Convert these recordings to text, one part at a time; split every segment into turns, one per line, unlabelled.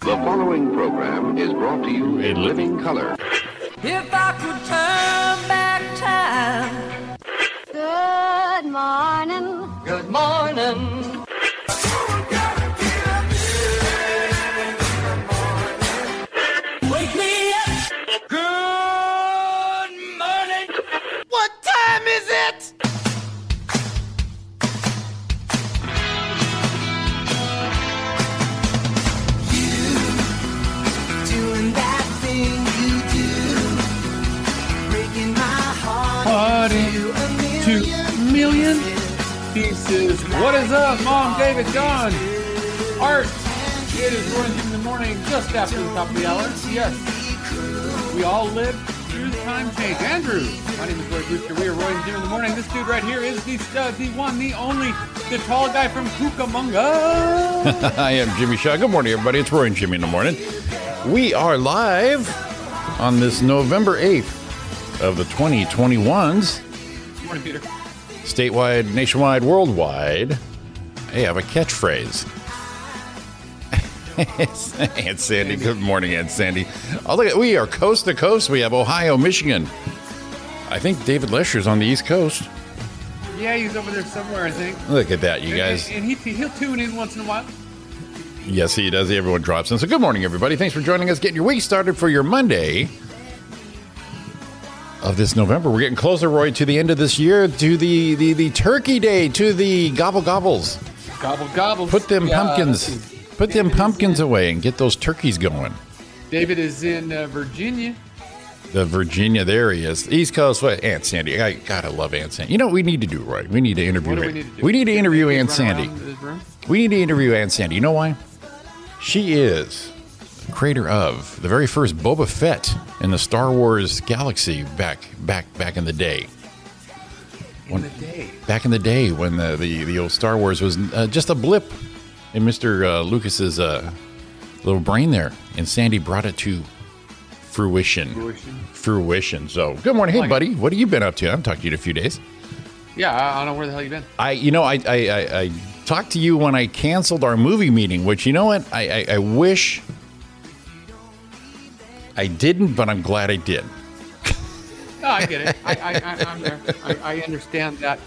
The following program is brought to you in living color.
If I could turn back time.
Good morning.
Good morning. Wake me up. Good morning. What time is it?
doing that thing you do, breaking my heart
Party
a
to million
million.
pieces. What is up, Mom, David, John, Art? It is one in the morning, just after the top of the hour. Yes, we all live through time change. Andrew, my name is Roy Brewster. We are Roy and Jim in the morning. This dude right here is the stud, the one, the only, the tall guy from Cucamonga.
I am Jimmy Shaw. Good morning, everybody. It's Roy and Jimmy in the morning. We are live on this November 8th of the 2021's
Good morning, Peter.
statewide, nationwide, worldwide. Hey, I have a catchphrase. Aunt Sandy, good morning, Aunt Sandy. Oh, look, at we are coast to coast. We have Ohio, Michigan. I think David Lesher's on the East Coast.
Yeah, he's over there somewhere, I think.
Look at that, you guys.
And, and he, he'll tune in once in a while.
Yes, he does. Everyone drops in. So, good morning, everybody. Thanks for joining us. Getting your week started for your Monday of this November. We're getting closer, Roy, to the end of this year, to the the, the Turkey Day, to the gobble gobbles.
Gobble, gobble.
Put them
Yeah,
pumpkins,
let's see.
put them pumpkins away, and get those turkeys going.
David is in uh, Virginia.
The Virginia, there he is. East Coast, what, Aunt Sandy. I gotta love Aunt Sandy. You know what we need to do, Roy? We need to
What
interview.
do
her.
we need to do?
We need to interview
Run
Aunt Sandy.
around this room?
We need to interview Aunt Sandy. You know why? She is the creator of the very first Boba Fett in the Star Wars galaxy back back back in the day. When-
the day.
Back in the day when the the, the old Star Wars was uh, just a blip in Mr. Uh, Lucas's uh, little brain there, and Sandy brought it to fruition.
Fruition.
Fruition. So, good morning, hey
Like it.
buddy. What have you been up to? I haven't talked to you in a few days.
Yeah, I I don't know where the hell you been.
I, you know, I, I, I, I talked to you when I canceled our movie meeting, which you know what, I, I, I wish I didn't, but I'm glad I did.
No, I get it. I, I, I, I'm there. I, I understand that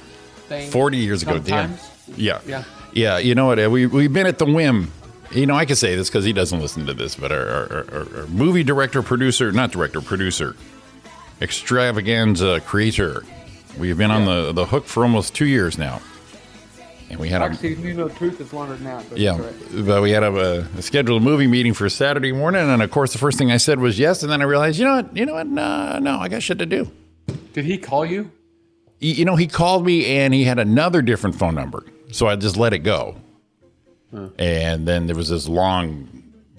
thing.
Forty years ago, damn.
Sometimes.
Yeah,
Yeah.
yeah. You know what? uh, We we've been at the whim. You know, I could say this because he doesn't listen to this, but our, our, our- our, our movie director, producer, not director, producer, extravaganza creator. We've been on the, the hook for almost two years now, and we had a,
Actually, you know the truth is longer than that. But
Yeah,
it's all right.
but we had a, a scheduled movie meeting for Saturday morning, and of course, the first thing I said was yes, and then I realized, you know what, you know what, no, no, I got shit to do.
Did he call you?
Y- You know, he called me, and he had another different phone number, so I just let it go.
Hmm.
And then there was this long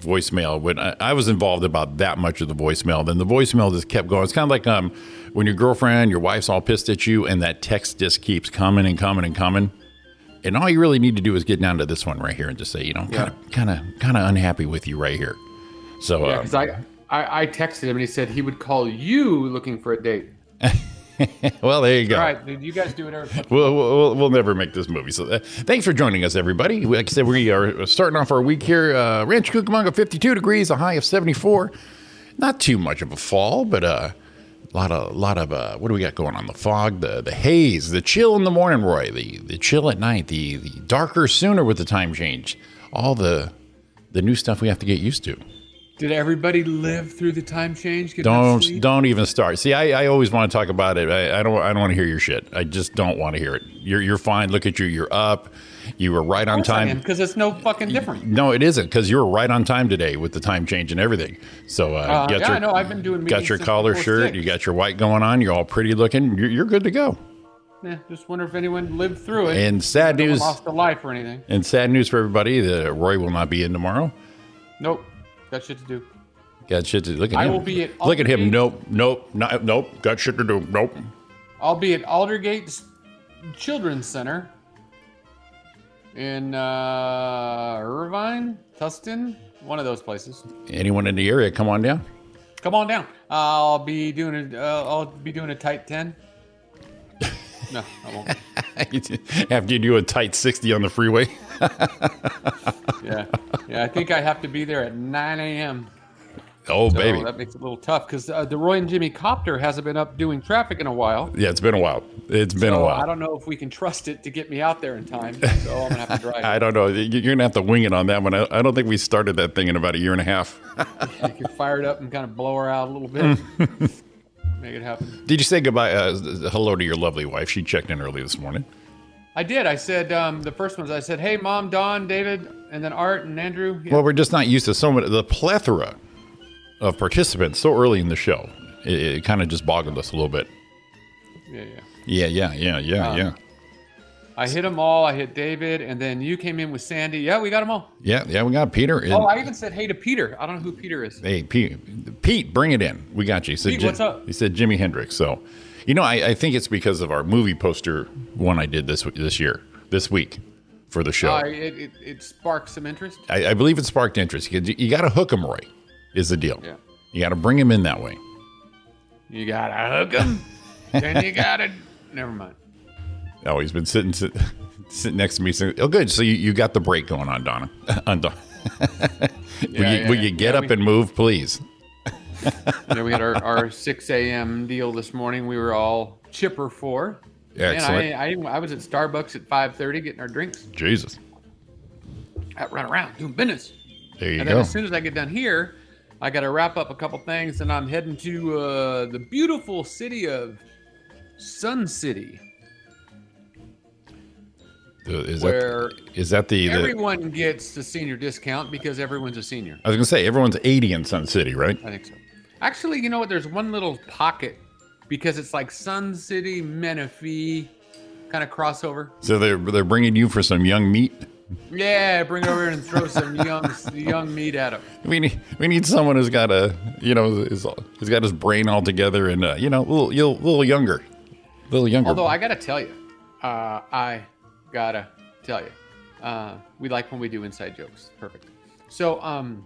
voicemail. When I, I was involved about that much of the voicemail, then the voicemail just kept going. It's kind of like um, when your girlfriend, your wife's all pissed at you, and that text just keeps coming and coming and coming. And all you really need to do is get down to this one right here and just say, you know, kind of, kind of, kind of unhappy with you right here. So, um,
Because I, I, I texted him and he said he would call you looking for a date.
well, there you go.
All right, dude, you guys do whatever.
We'll, we'll, we'll never make this movie. So, uh, thanks for joining us, everybody. Like I said, we are starting off our week here. Uh, Ranch Cucamonga, 52 degrees, a high of 74. Not too much of a fall, but uh, a lot of, lot of uh, what do we got going on? The fog, the, the haze, the chill in the morning, Roy, the, the chill at night, the, the darker sooner with the time change. All the, the new stuff we have to get used to.
Did everybody live through the time change? Get enough
Don't
sleep?
don't even start. See, I, I always want to talk about it. I, I don't I don't want to hear your shit. I just don't want to hear it. You're you're fine. Look at you. You're up. You were right on time.
Because it's no fucking different.
No, it isn't because you were right on time today with the time change and everything. So uh,
Uh,
got
yeah,
your,
I know. I've been doing
got
meetings
your
since
collar
before
shirt.
six.
You got your white going on. You're all pretty looking. You're, you're good to go.
Eh, just wonder if anyone lived through it.
And sad
No one
news.
lost a life or anything.
And sad news for everybody. The Roy will not be in tomorrow.
Nope. Got shit to do.
Got shit to look at
I
him.
will be at
look at
Aldergate.
him. Nope. Nope. Not, nope. Got shit to do. Nope.
I'll be at Aldergate Children's Center in uh, Irvine, Tustin, one of those places.
Anyone in the area, come on down.
Come on down. I'll be doing a, uh, I'll be doing a tight ten. No, I won't.
After you do a tight 60 on the freeway.
yeah, yeah. I think I have to be there at 9 a.m.
Oh,
So
baby.
that makes it a little tough because uh, the Roy and Jimmy copter hasn't been up doing traffic in a while.
Yeah, it's been a while. It's been a
So
while.
I don't know if we can trust it to get me out there in time. So I'm gonna have to drive.
I don't know. You- You're gonna have to wing it on that one. I I don't think we started that thing in about a year and a half.
If you're fired up and kind of blow her out a little bit, make it happen.
Did you say goodbye? Uh, hello to your lovely wife. She checked in early this morning.
I did. I said um, the first ones. I said, "Hey, Mom, Don, David, and then Art and Andrew." Yeah.
Well, we're just not used to so many the plethora of participants so early in the show. It, it kind of just boggled us a little bit.
yeah, yeah.
Yeah, yeah, yeah,
Uh,
yeah, yeah,
I hit them all. I hit David, and then you came in with Sandy. Yeah, we got them all.
yeah, yeah. We got Peter. In.
Oh, I even said hey to Peter. I don't know who Peter is.
Hey, Pete, Pete, bring it in. We got you. He said,
Pete,
Jim-
what's up?
He said Jimi Hendrix. So, you know, I, I think it's because of our movie poster one I did this this year, this week, for the show.
Uh, it, it, it sparked some interest.
I, I believe it sparked interest. You, you got to hook them, Roy, is the deal.
Yeah.
You got to bring them in that way.
You gotta hook him, then you gotta. Never mind.
Oh, he's been sitting sit, sitting next to me. Saying, oh, good. So you, you got the break going on, Donna. on Donna. will you,
Yeah, yeah,
will
yeah.
you get
Yeah,
up
we-
and move, please?
Then we had our, our 6 a.m. deal this morning. We were all chipper for.
Excellent.
And I, I, even- I was at Starbucks at 5:30 getting our drinks.
Jesus.
Out run around doing business.
There you
and then
go.
as soon as I get done here, I got to wrap up a couple things, and I'm heading to uh, the beautiful city of Sun City,
Uh, is,
where
that, is that the. the
everyone gets the senior discount because everyone's a senior.
I was going to say, everyone's 80 in Sun City, right?
I think so. Actually, you know what? There's one little pocket because it's like Sun City, Menifee, kind of crossover.
So they're, they're bringing you for some young meat.
Yeah, bring it over here and throw some young young meat at him.
We need, we need someone who's got a, you know, is, has got his brain all together and, uh, you know, a little, you'll- little younger. A little younger.
Although I gotta tell you, uh, I gotta tell you, uh, we like when we do inside jokes. Perfect. So um,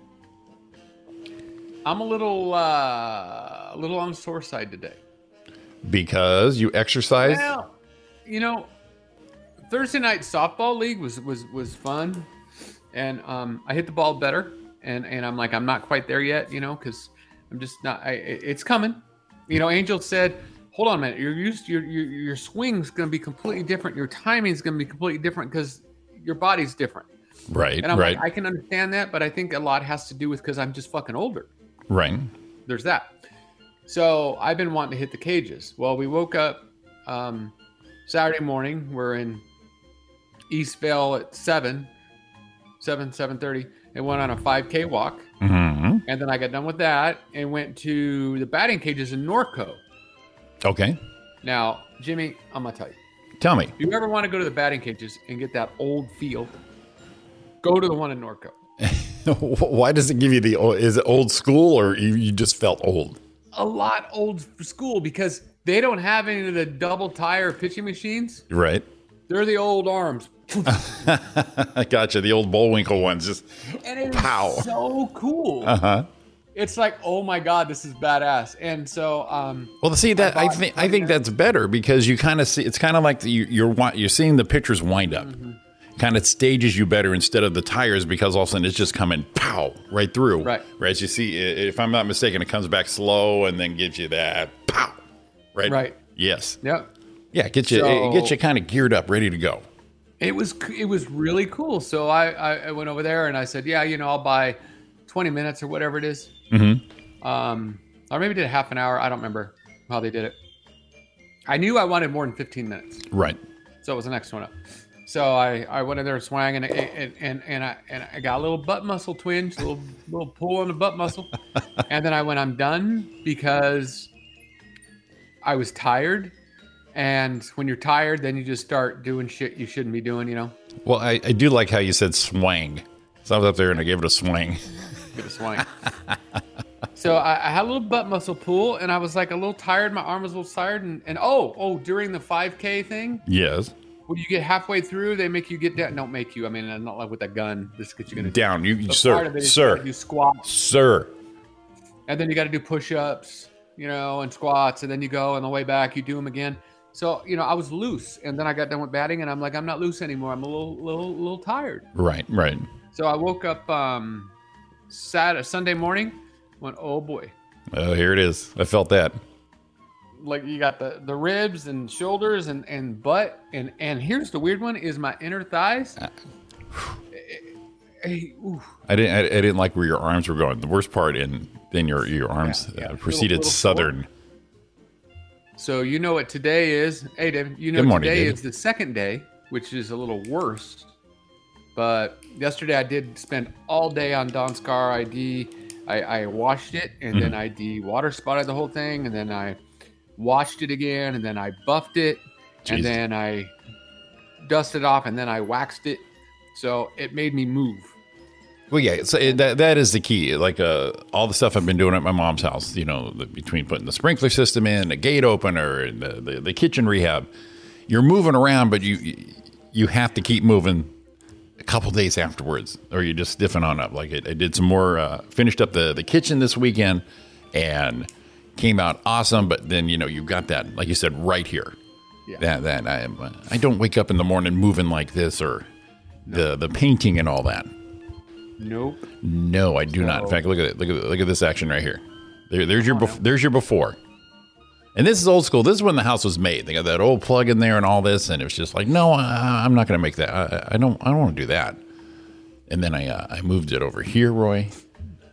I'm a little uh, a little on sore side today.
because you exercise.
Well, you know, Thursday night softball league was was was fun, and um, I hit the ball better, and and I'm like I'm not quite there yet, you know, because I'm just not. I, I- it's coming, you know. Angel said, "Hold on a minute, your used your your your swing's going to be completely different. Your timing's going to be completely different because your body's different."
right,
And I'm
right,
like, I can understand that, but I think a lot has to do with because I'm just fucking older
right.
there's that. So I've been wanting to hit the cages. Well, we woke up um, Saturday morning. We're in Eastvale at seven, seven seven thirty, and went on a five k walk.
hmm
And then I got done with that and went to the batting cages in Norco.
Okay.
Now, Jimmy, I'm gonna tell you.
Tell me.
If you ever want to go to the batting cages and get that old feel, go to the one in Norco.
Why does it give you the old? Is it old school or you, you just felt old?
A lot old school because they don't have any of the double tire pitching machines.
Right.
They're the old arms.
I gotcha. The old Bullwinkle ones. Just
And it is
Pow.
so cool.
uh huh.
It's like, oh my god, this is badass. And so, um,
Well, see that I
bought
think I think that's better because you kind of see it's kind of like the, you, you're wi- you're seeing the pitcher's wind up.
Mm-hmm.
Kind of stages you better instead of the tires because all of a sudden it's just coming pow right through.
Right.
Whereas you see, i- if I'm not mistaken, it comes back slow and then gives you that pow. Right.
Right.
Yes.
yep,
Yeah. Get you
So-
it gets you kind of geared up, ready to go.
it was c- it was really cool. So I, I I went over there and I said, yeah, you know, I'll buy twenty minutes or whatever it is.
Mm-hmm.
Um, or maybe did half an hour. I don't remember how they did it. I knew I wanted more than fifteen minutes.
Right.
So it was the next one up. So I, I went in there swang and and, and and I and I got a little butt muscle twinge, a little little pull on the butt muscle, and then I went I'm done because I was tired, and when you're tired, then you just start doing shit you shouldn't be doing, you know.
Well, I, I do like how you said swang. So I was up there and I gave it a swing.
Give it a swing. so I, I had a little butt muscle pull, and I was like a little tired. My arm was a little tired, and, and oh oh during the 5K thing,
Yes.
when you get halfway through, they make you get down. Don't make you. I mean, I'm not like with a gun. This gets you gonna
Down. You,
So part of
sir,
it is You gotta do
sir,
squats,
sir.
and then you got to do push-ups, you know, and squats, and then you go on the way back, you do them again. So you know, I was loose, and then I got done with batting, and I'm like, I'm not loose anymore. I'm a little, little, little tired.
Right, right.
So I woke up um, Saturday, Sunday morning, went, oh boy,
Oh, here it is. I felt that.
like you got the the ribs and shoulders and and butt and and here's the weird one is my inner thighs.
Uh,
Eh, oof.
I didn't. I, I didn't like where your arms were going. The worst part in then your your arms
Yeah, yeah.
Uh,
Little-
proceeded
little
southern.
So you know what today is. Hey, David, you know
Good morning,
today
David.
is the second day, which is a little worse. But yesterday I did spend all day on Don's car ID. I, I washed it and
Hmm.
then I de water spotted the whole thing and then I washed it again and then I buffed it
Jeez.
and then I dusted off and then I waxed it. So it made me move.
Well, yeah. So it, that that is the key. Like uh, all the stuff I've been doing at my mom's house. You know, the, between putting the sprinkler system in, the gate opener, and the, the the kitchen rehab, you're moving around, but you you have to keep moving. A couple days afterwards, or you just stiffen on up. Like it, I did some more. Uh, finished up the the kitchen this weekend, and came out awesome. But then you know you got that, like you said, right here.
Yeah.
That that I am. I don't wake up in the morning moving like this or the the painting and all that.
Nope.
No, I do not. In fact, look at it. Look at look at this action right here. There, there's your bef- there's your before. And this is old school. This is when the house was made. They got that old plug in there and all this, and it was just like, no, I, I'm not going to make that. I, I don't. I don't want to do that. And then I uh, I moved it over here, Roy.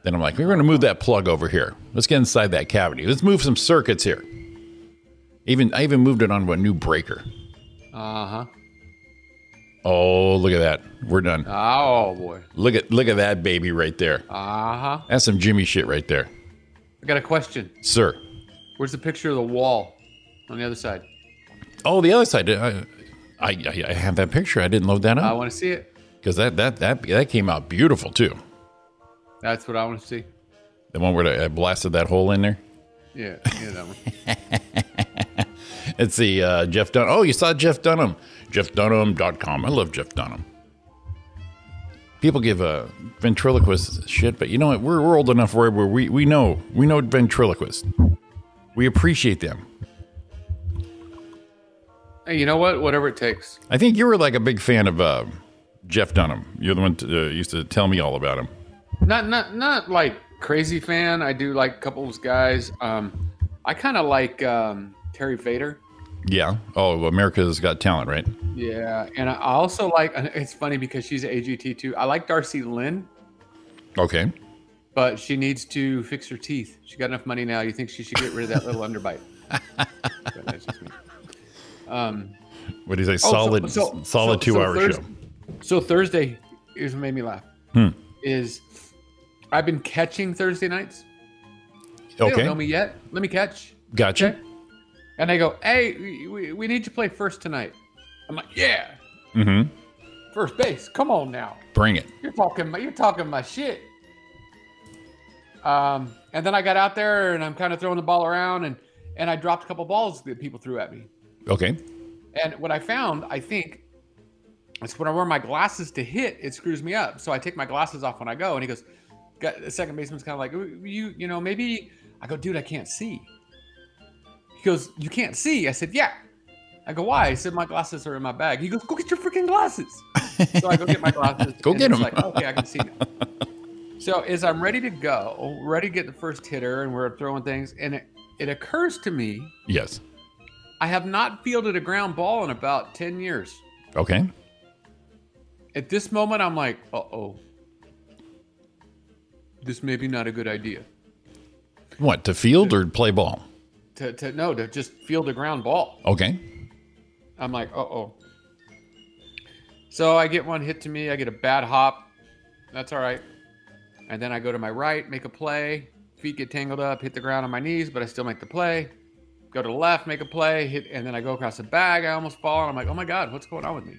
Then I'm like, we're going to move that plug over here. Let's get inside that cavity. Let's move some circuits here. Even I even moved it onto a new breaker.
Uh huh.
Oh, look at that. We're done.
Oh boy.
Look at look at that baby right there.
Uh huh.
That's some Jimmy shit right there,
I got a question.
sir.
Where's the picture of the wall on the other side?
Oh, the other side. I, I, I- I have that picture. I didn't load that
I
up
want to see it.
because that, that that that came out beautiful too.
That's what I want to see.
The one where I blasted that hole in there.
Yeah, yeah, that one.
It's the uh, Jeff Dunham. Oh, you saw Jeff Dunham. JeffDunham.com. I love Jeff Dunham. People give uh, ventriloquists shit, but you know what? We're, we're old enough where where we, we know we know ventriloquists. We appreciate them.
Hey, you know what? Whatever it takes.
I think you were like a big fan of uh, Jeff Dunham. You're the one to, uh, used to tell me all about him.
Not, not, not like crazy fan. I do like couples guys. Um, I kind of like um, Terry Vader.
Yeah. Oh, America's Got Talent, right?
Yeah, and I also like. It's funny because she's AGT too. I like Darcy Lynn,
Okay.
but she needs to fix her teeth. She got enough money now. You think she should get rid of that little underbite? But that's just me.
What do you say?
Oh, so-
solid,
so-
solid
so-
two
so
hour
Thurs-
show. Hmm.
So Thursday, here's what made me laugh. Is I've been catching Thursday nights. They don't know
Okay.
me yet. Let me catch.
Gotcha.
Okay. And they go, hey, we- we, we need you to play first tonight. I'm like, yeah,
Mm-hmm.
first base. Come on now.
Bring it.
You're talking my, you're talking my shit. Um, and then I got out there and I'm kind of throwing the ball around and, and I dropped a couple balls that people threw at me.
Okay.
And what I found, I think, it's when I wear my glasses to hit, it screws me up. So I take my glasses off when I go, and he goes, got, the second baseman's kind of like, "Ooh, you, you know, maybe. I go, dude, I can't see. He goes, you can't see. I said, yeah. I go, why? I said, my glasses are in my bag. He goes, go get your freaking glasses. So I go get my glasses.
Go
and
get
it's
'em.
Like, okay, I can see now. So as I'm ready to go, ready to get the first hitter, and we're throwing things, and it, it occurs to me
Yes.
I have not fielded a ground ball in about 10 years.
Okay.
At this moment, I'm like, uh oh. This may be not a good idea.
What to field or play ball?
To, to no, to just field a ground ball.
Okay.
I'm like, uh oh. So I get one hit to me. I get a bad hop. That's all right. And then I go to my right, make a play. Feet get tangled up, hit the ground on my knees, but I still make the play. Go to the left, make a play, hit, and then I go across the bag. I almost fall, and I'm like, oh my god, what's going on with me?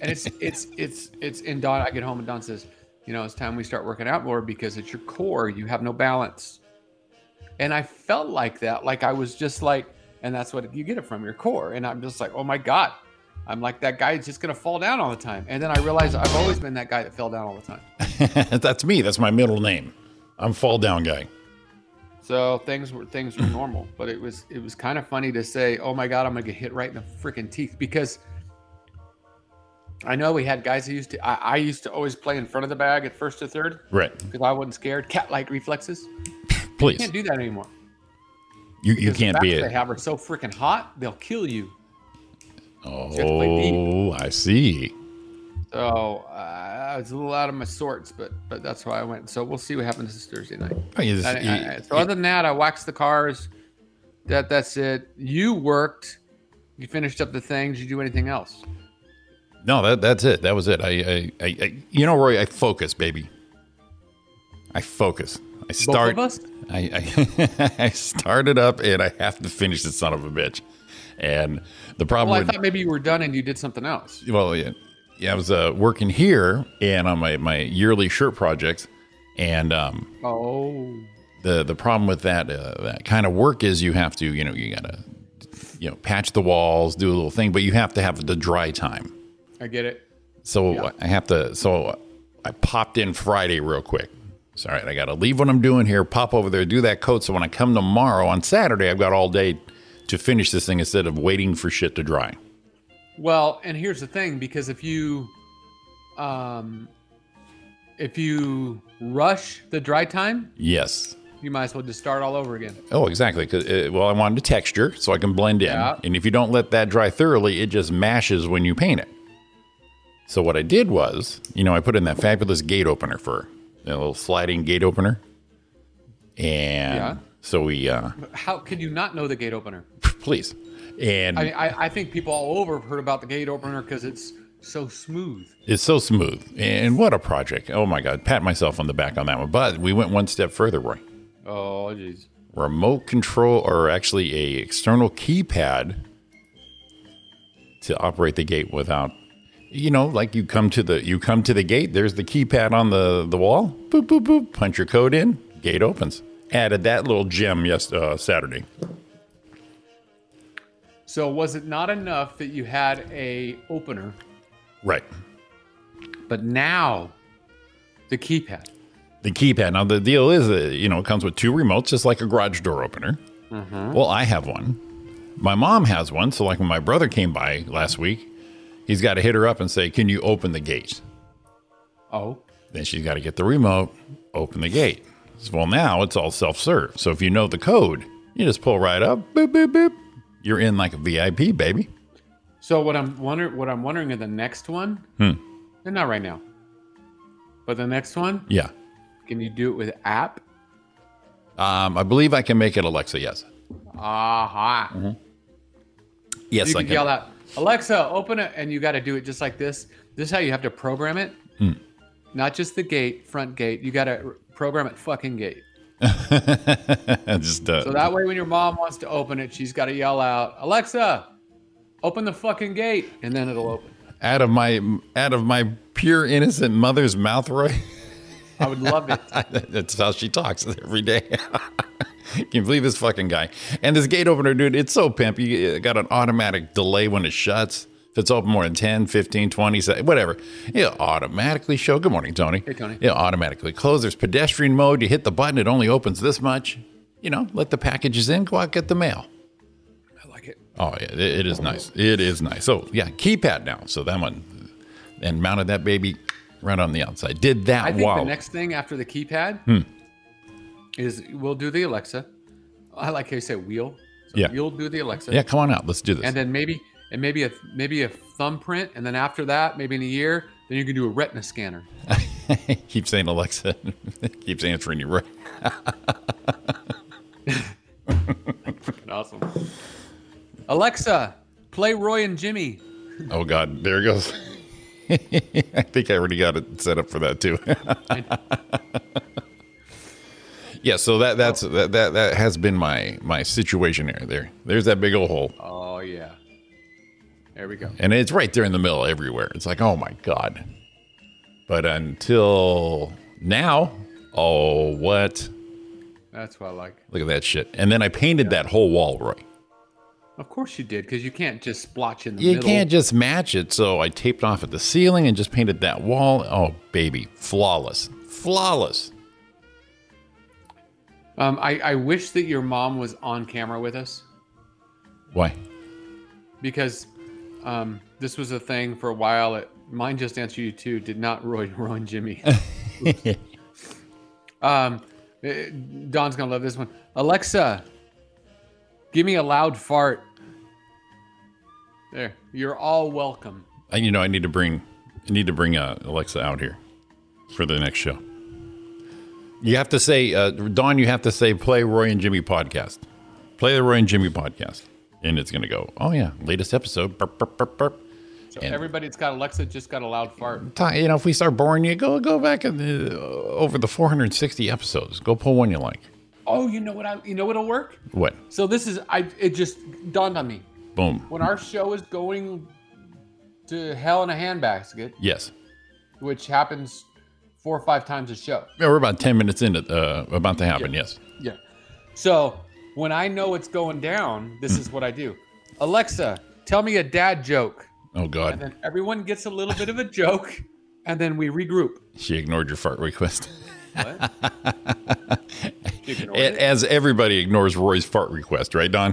and it's it's it's it's. And Don, I get home, and Don says, you know, it's time we start working out more because it's your core. You have no balance. And I felt like that, like I was just like, and that's what you get it from your core. And I'm just like, oh my god, I'm like that guy is just gonna fall down all the time. And then I realized I've always been that guy that fell down all the time.
That's me. That's my middle name. I'm fall down guy.
So things were things were normal, but it was it was kind of funny to say, "Oh my God, I'm gonna get hit right in the freaking teeth," because I know we had guys who used to. I, I used to always play in front of the bag at first or third
Right.
because I wasn't scared. Cat-like reflexes.
Please.
Can't do that anymore.
you you
Because the
can't be
backs They
it.
have are so freaking hot, they'll kill you. have to play
Oh, I see.
So uh, I was a little out of my sorts, but but that's how I went. So we'll see what happens this Thursday night.
Oh, you just-
I- I-
you-
I- so other than that, I waxed the cars. That that's it. You worked. You finished up the thing. Did you do anything else?
No, that that's it. That was it. I, I, I, I you know, Roy, I focus, baby. I focus. I start.
us?
I, I, I start it up, and I have to finish the son of a bitch. And the problem
Well, I
with
thought maybe you were done and you did something else.
well, yeah, yeah, I was uh, working here and on my my yearly shirt projects, and um,
Oh,
the the problem with that uh, that kind of work is you have to you know you gotta you know patch the walls, do a little thing, but you have to have the dry time.
I get it.
So I have to. So I popped in Friday real quick. Sorry, I got to leave what I'm doing here, pop over there, do that coat. So when I come tomorrow on Saturday, I've got all day to finish this thing instead of waiting for shit to dry.
Well, and here's the thing: because if you, um, if you rush the dry time,
Yes.
you might as well just start all over again.
Oh, exactly. 'Cause, uh, well, I wanted a texture so I can blend in.
Yeah.
And if you don't let that dry thoroughly, it just mashes when you paint it. So what I did was, you know, I put in that fabulous gate opener for a little sliding gate opener. And
Yeah.
so we, uh,
How could you not know the gate opener?
please. And
I mean, I, I think people all over have heard about the gate opener because it's so smooth.
It's so smooth. And what a project. Oh my God. Pat myself on the back on that one. But we went one step further, Roy.
Oh, jeez.
Remote control or actually a external keypad to operate the gate without you know, like you come to the you come to the gate, there's the keypad on the, the wall, boop, boop, boop, punch your code in, gate opens. Added that little gem yes uh, Saturday.
So was it not enough that you had a opener,
Right.
but now the keypad?
the keypad. Now the deal is that you know it comes with two remotes, just like a garage door opener.
Mm-hmm.
Well, I have one. My mom has one. So like when my brother came by last week, he's got to hit her up and say, "Can you open the gate?"
Oh,
Then she's got to get the remote, open the gate. So, well, now it's all self-serve. So if you know the code, you just pull right up, boop boop boop. You're in like a VIP, baby.
so what I'm wondering, what I'm wondering in the next one, and not right now, but the next one,
Yeah.
can you do it with app?
Um, I believe I can make it Alexa. Yes.
Aha!
Yes,
You
I
can
can.
yell out, Alexa, open it, and you got to do it just like this. This is how you have to program it.
Hmm.
Not just the gate, front gate. You got to program it, fucking gate.
just uh,
So that way, when your mom wants to open it, she's got to yell out, Alexa, open the fucking gate, and then it'll open.
out of my out of my pure innocent mother's mouth, Roy.
I would love it.
That's how she talks every day. Can you believe this fucking guy? And this gate opener, dude, it's so pimp. You uh, got an automatic delay when it shuts. If it's open more than 10, 15, 20, se- whatever, it'll automatically show. Good morning, Tony.
Hey, Tony.
It'll automatically close. There's pedestrian mode. You hit the button, it only opens this much. You know, let the packages in, go out, get the mail.
I like it.
Oh, yeah, it, it is nice. It is nice. So, yeah, keypad now. So that one, and mounted that baby right on the outside. Did that
I think
wow. Hmm.
the next thing after the keypad is we'll do the Alexa. I like how you say wheel. So
Yeah.
You'll do the Alexa.
yeah, come on out. Let's do this.
and then maybe and maybe a maybe a thumbprint, and then after that, maybe in a year, then you can do a retina scanner.
keep saying Alexa, keeps answering you right.
Awesome. Alexa, play Roy and Jimmy.
Oh God, there it goes. I think I already got it set up for that too. yeah, so that that's that, that that has been my my situation here. There, there's that big old hole,
Oh yeah. There we go.
and it's right there in the middle everywhere. It's like, oh my God. But until now, oh what?
That's what I like.
Look at that shit. And then I painted that whole wall, Roy.
Of course you did, because you can't just splotch in the
You
middle.
can't just match it. So I taped off at the ceiling and just painted that wall. Oh, baby. Flawless. Flawless.
Um, I, I wish that your mom was on camera with us
Why?
because um, this was a thing for a while. It, mine just answer you too did not ruin, ruin Jimmy. Oops. um, eh, Don's gonna love this one. Alexa, give me a loud fart. There, you're all welcome.
I, you know, I need to bring I need to bring uh, Alexa out here for the next show. You have to say, uh, Don. You have to say, play Roy and Jimmy podcast. Play the Roy and Jimmy podcast, and it's gonna go. Oh yeah, latest episode. Burp, burp, burp, burp.
So
And-
everybody that's got Alexa just got a loud fart.
Ti- You know, if we start boring you, go go back and uh, over the 460 episodes. Go pull one you like.
Oh, you know what? I you know what'll work.
What?
So this is I. It just dawned on me
Boom.
when our show is going to hell in a handbasket.
Yes.
which happens four or five times a show.
Yeah, we're about 10 minutes into uh, about to happen. Yes.
Yeah. So when I know it's going down, this is what I do. Alexa, tell me a dad joke.
Oh
And
God,
then everyone gets a little bit of a joke, and then we regroup.
she ignored your fart request.
What? You can order
A-
it?
As everybody ignores Roy's fart request, right, Don?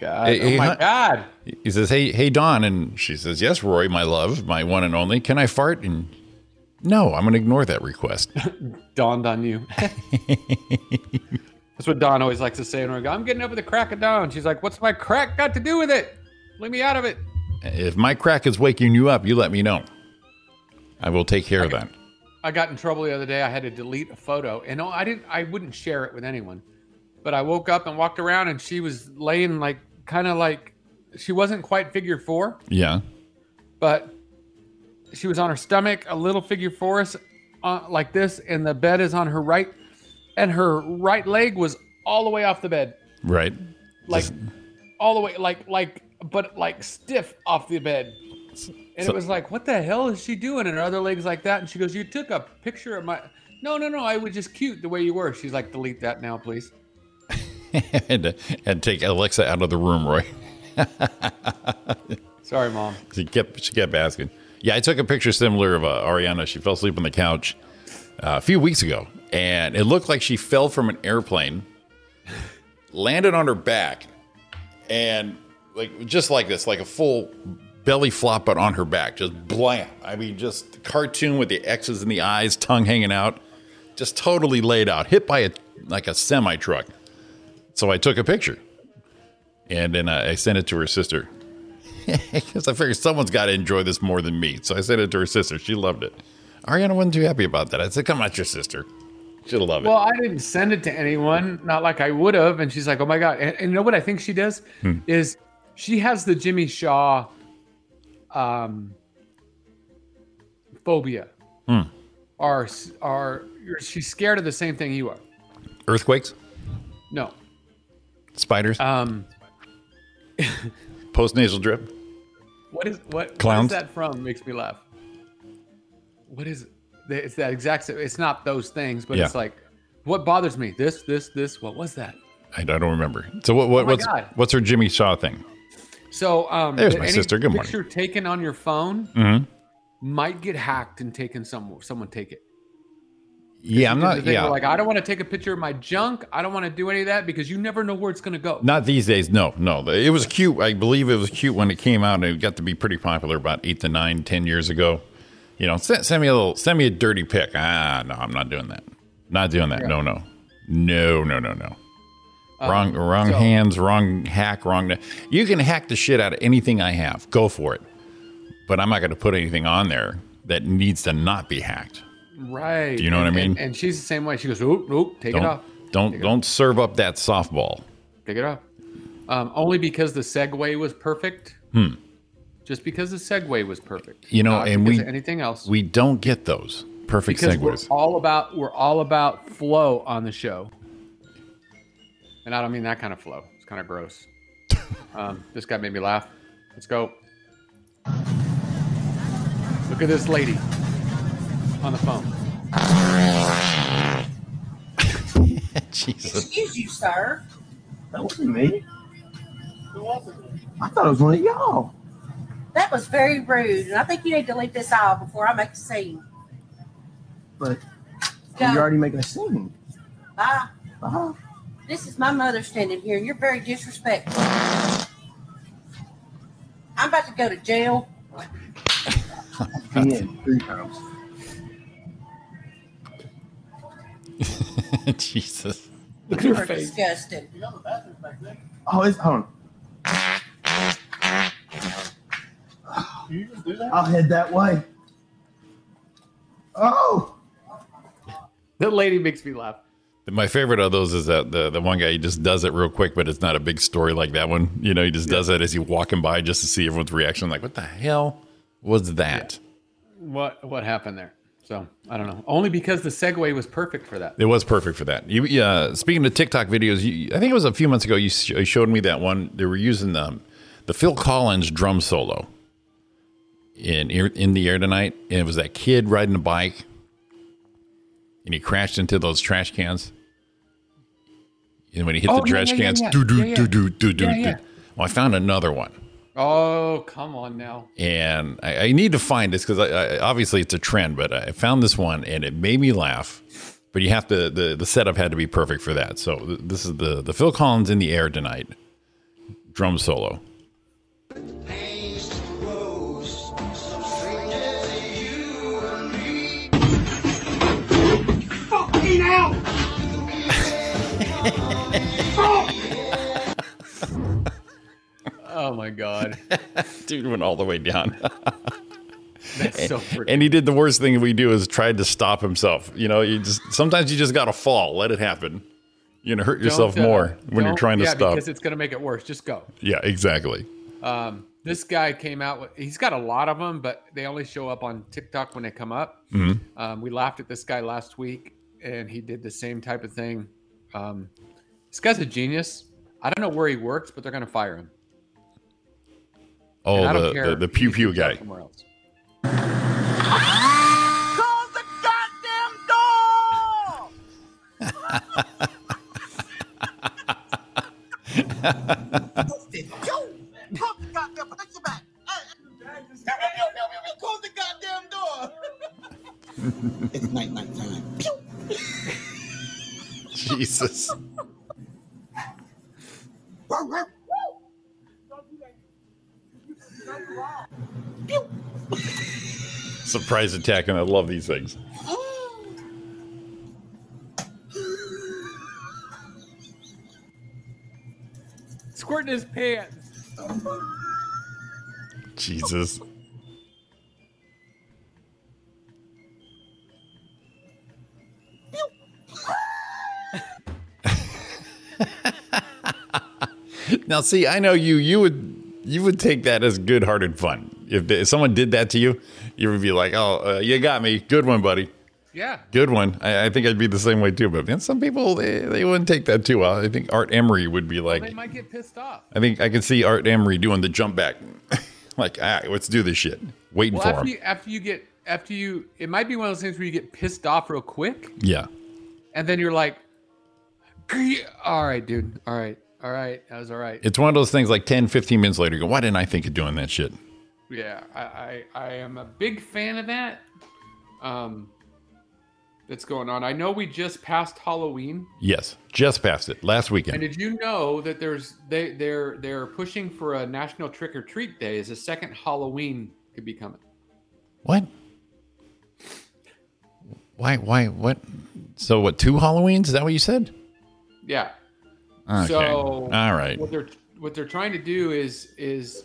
God.
eh,
oh
eh,
my
huh?
God.
He says, "Hey, hey, Don," and she says, "Yes, Roy, my love, my one and only. Can I fart?" And no, I'm going to ignore that request.
Dawned on you. That's what Dawn always likes to say. And we go, I'm getting up with the crack of dawn. She's like, What's my crack got to do with it? Leave me out of it.
if my crack is waking you up, you let me know. I will take care of that.
I got in trouble the other day. I had to delete a photo, and oh, I didn't. I wouldn't share it with anyone. But I woke up and walked around, and she was laying like kind of like she wasn't quite figure four,
Yeah.
but she was on her stomach, a little figure four, uh, like this, and the bed is on her right, and her right leg was all the way off the bed,
Right.
like all the way, like like but like stiff off the bed. And
So-
it was like, what the hell is she doing? And her other leg's like that. And she goes, You took a picture of my. No, no, no. I was just cute the way you were. She's like, Delete that now, please.
and and take Alexa out of the room, Roy.
Sorry, mom.
She kept she kept asking. Yeah, I took a picture similar of uh, Ariana. She fell asleep on the couch uh, a few weeks ago, and it looked like she fell from an airplane, landed on her back, and like just like this, like a full belly flop, but on her back, just blam. I mean, just cartoon with the X's and the I's, tongue hanging out, just totally laid out, hit by a like a semi truck. So I took a picture, and then I I sent it to her sister. Because I figured someone's got to enjoy this more than me. So I sent it to her sister. She loved it. Ariana wasn't too happy about that. I said, come on, it's your sister. She'll love
Well, I didn't send it to anyone, not like I would have. And she's like, Oh my God. And, and you know what I think she does? Is she has the Jimmy Shaw um, phobia. Or, s- or she's scared of the same thing you are.
it. Earthquakes,
No.
spiders,
Um,
post nasal drip.
What is what?
Clowns?
What is that from? Makes me laugh. What is it? It's that exact. same- It's not those things, but
Yeah.
it's like, what bothers me? This, this, this. What was that?
I, I don't remember. So what, what,
Oh my
what's
God.
what's her Jimmy Shaw thing?
So, um,
There's
that
my
any
sister. Good morning. Mm-hmm.
picture taken on your phone might get hacked and taken some someone take it.
Yeah, I'm
There's a
not.
thing
Uh, Yeah,
where, like I don't want to take a picture of my junk. I don't want to do any of that because you never know where it's gonna go.
not these days. No, no. It was cute. I believe it was cute when it came out, and it got to be pretty popular about eight to nine, ten years ago. You know, send, send me a little, send me a dirty pic. Ah, no, I'm not doing that. Not doing that. No, no, no, no, no, no. wrong wrong
Um, so-
hands wrong hack wrong you can hack the shit out of anything i have go for it but i'm not going to put anything on there that needs to not be hacked
Right.
Do you know what I
And-
mean?
And, and she's the same way. She goes, oop, oop, take it
don't
off.
don't don't serve up that softball
Take it off. Um, only because the segue was perfect. Hmm. Just because the segue was perfect.
You know,
Not
and
because
we-
of anything else.
we don't get those perfect
because we're
segues
all about we're all about flow on the show. And I don't mean that kind of flow. It's kind of gross. um, this guy made me laugh. Let's go. Look at this lady on the phone.
jesus
Excuse you, sir.
That wasn't me. I thought it was one of y'all.
That was very rude, and I think you need to leave this aisle before I make a scene.
But
Go.
you're already making a scene.
Bye.
Oh,
This is my mother standing here. You're very disrespectful. I'm about to go to jail.
man, three times.
Jesus.
Look at her
You're
face.
disgusting.
Oh, it's hold on. I'll head that way. Oh,
That lady makes me laugh.
My favorite of those is that the, the one guy he just does it real quick, but it's not a big story like that one. You know, he just does it as he's walking by just to see everyone's reaction. Like, what the hell was that?
What what happened there? So I don't know. Only because the segue was perfect for that.
It was perfect for that. You, yeah. Speaking of TikTok videos, you, I think it was a few months ago. You sh- you showed me that one. They were using the the Phil Collins drum solo in Ear- in the air tonight, and it was that kid riding a bike, and he crashed into those trash cans. And when he hit
Oh,
the
yeah,
trash
yeah, yeah,
cans,
yeah.
do
Yeah,
do
yeah.
do do do do.
Yeah, yeah.
Well, I found another one
Oh come on now.
and I, I need to find this because I, I, obviously it's a trend, but I found this one and it made me laugh. But you have to the the setup had to be perfect for that. So th- this is the the Phil Collins in the air tonight drum solo.
Oh my god.
Dude went all the way down,
That's so freaking.
and he did the worst thing we do is tried to stop himself. You know, you just sometimes you just gotta fall, let it happen. You know, hurt yourself
Don't, uh,
more when you're
don't-
trying to
yeah,
stop.
because it's gonna make it worse. Just go.
Yeah, exactly.
Um, this guy came out. With, he's got a lot of them, but they only show up on TikTok when they come up.
Mm-hmm.
Um, we laughed at this guy last week, and he did the same type of thing. Um, this guy's a genius. I don't know where he works, but they're gonna fire him. And I
Oh,
don't
the,
care
the the
if he
pew pew
ends up
guy.
Somewhere else.
Close the goddamn door! Close the goddamn put your back. Close the goddamn door.
Jesus. Surprise attack, and I love these things.
Squirting his pants.
Jesus. now, see, I know you. You would you would take that as good-hearted fun. If, if someone did that to you, you would be like, "Oh, uh, you got me. Good one, buddy.
Yeah.
Good one." I, I think I'd be the same way too. But man, some people they, they wouldn't take that too well. I think Art Emery would be like,
They might get pissed off.
I think I can see Art Emery doing the jump back. like, all right, let's do this shit. Waiting
Well,
for him.
after you, after you get, after you, it might be one of those things where you get pissed off real quick,
yeah.
and then you're like, "All right, dude. All right, all right. That was all right.
It's one of those things like 10, 15 minutes later, you go, why didn't I think of doing that shit?
Yeah, I, I, I am a big fan of that. Um, that's going on. I know we just passed Halloween,
Yes. Just past it last
and
weekend.
did you know that there's they they're they're pushing for a national trick or treat day as a second Halloween could be coming.
what? Why, why, what? So, what, two Halloweens? Is that what you said?
Yeah.
Okay.
So
All right.
What they're what they're trying to do is is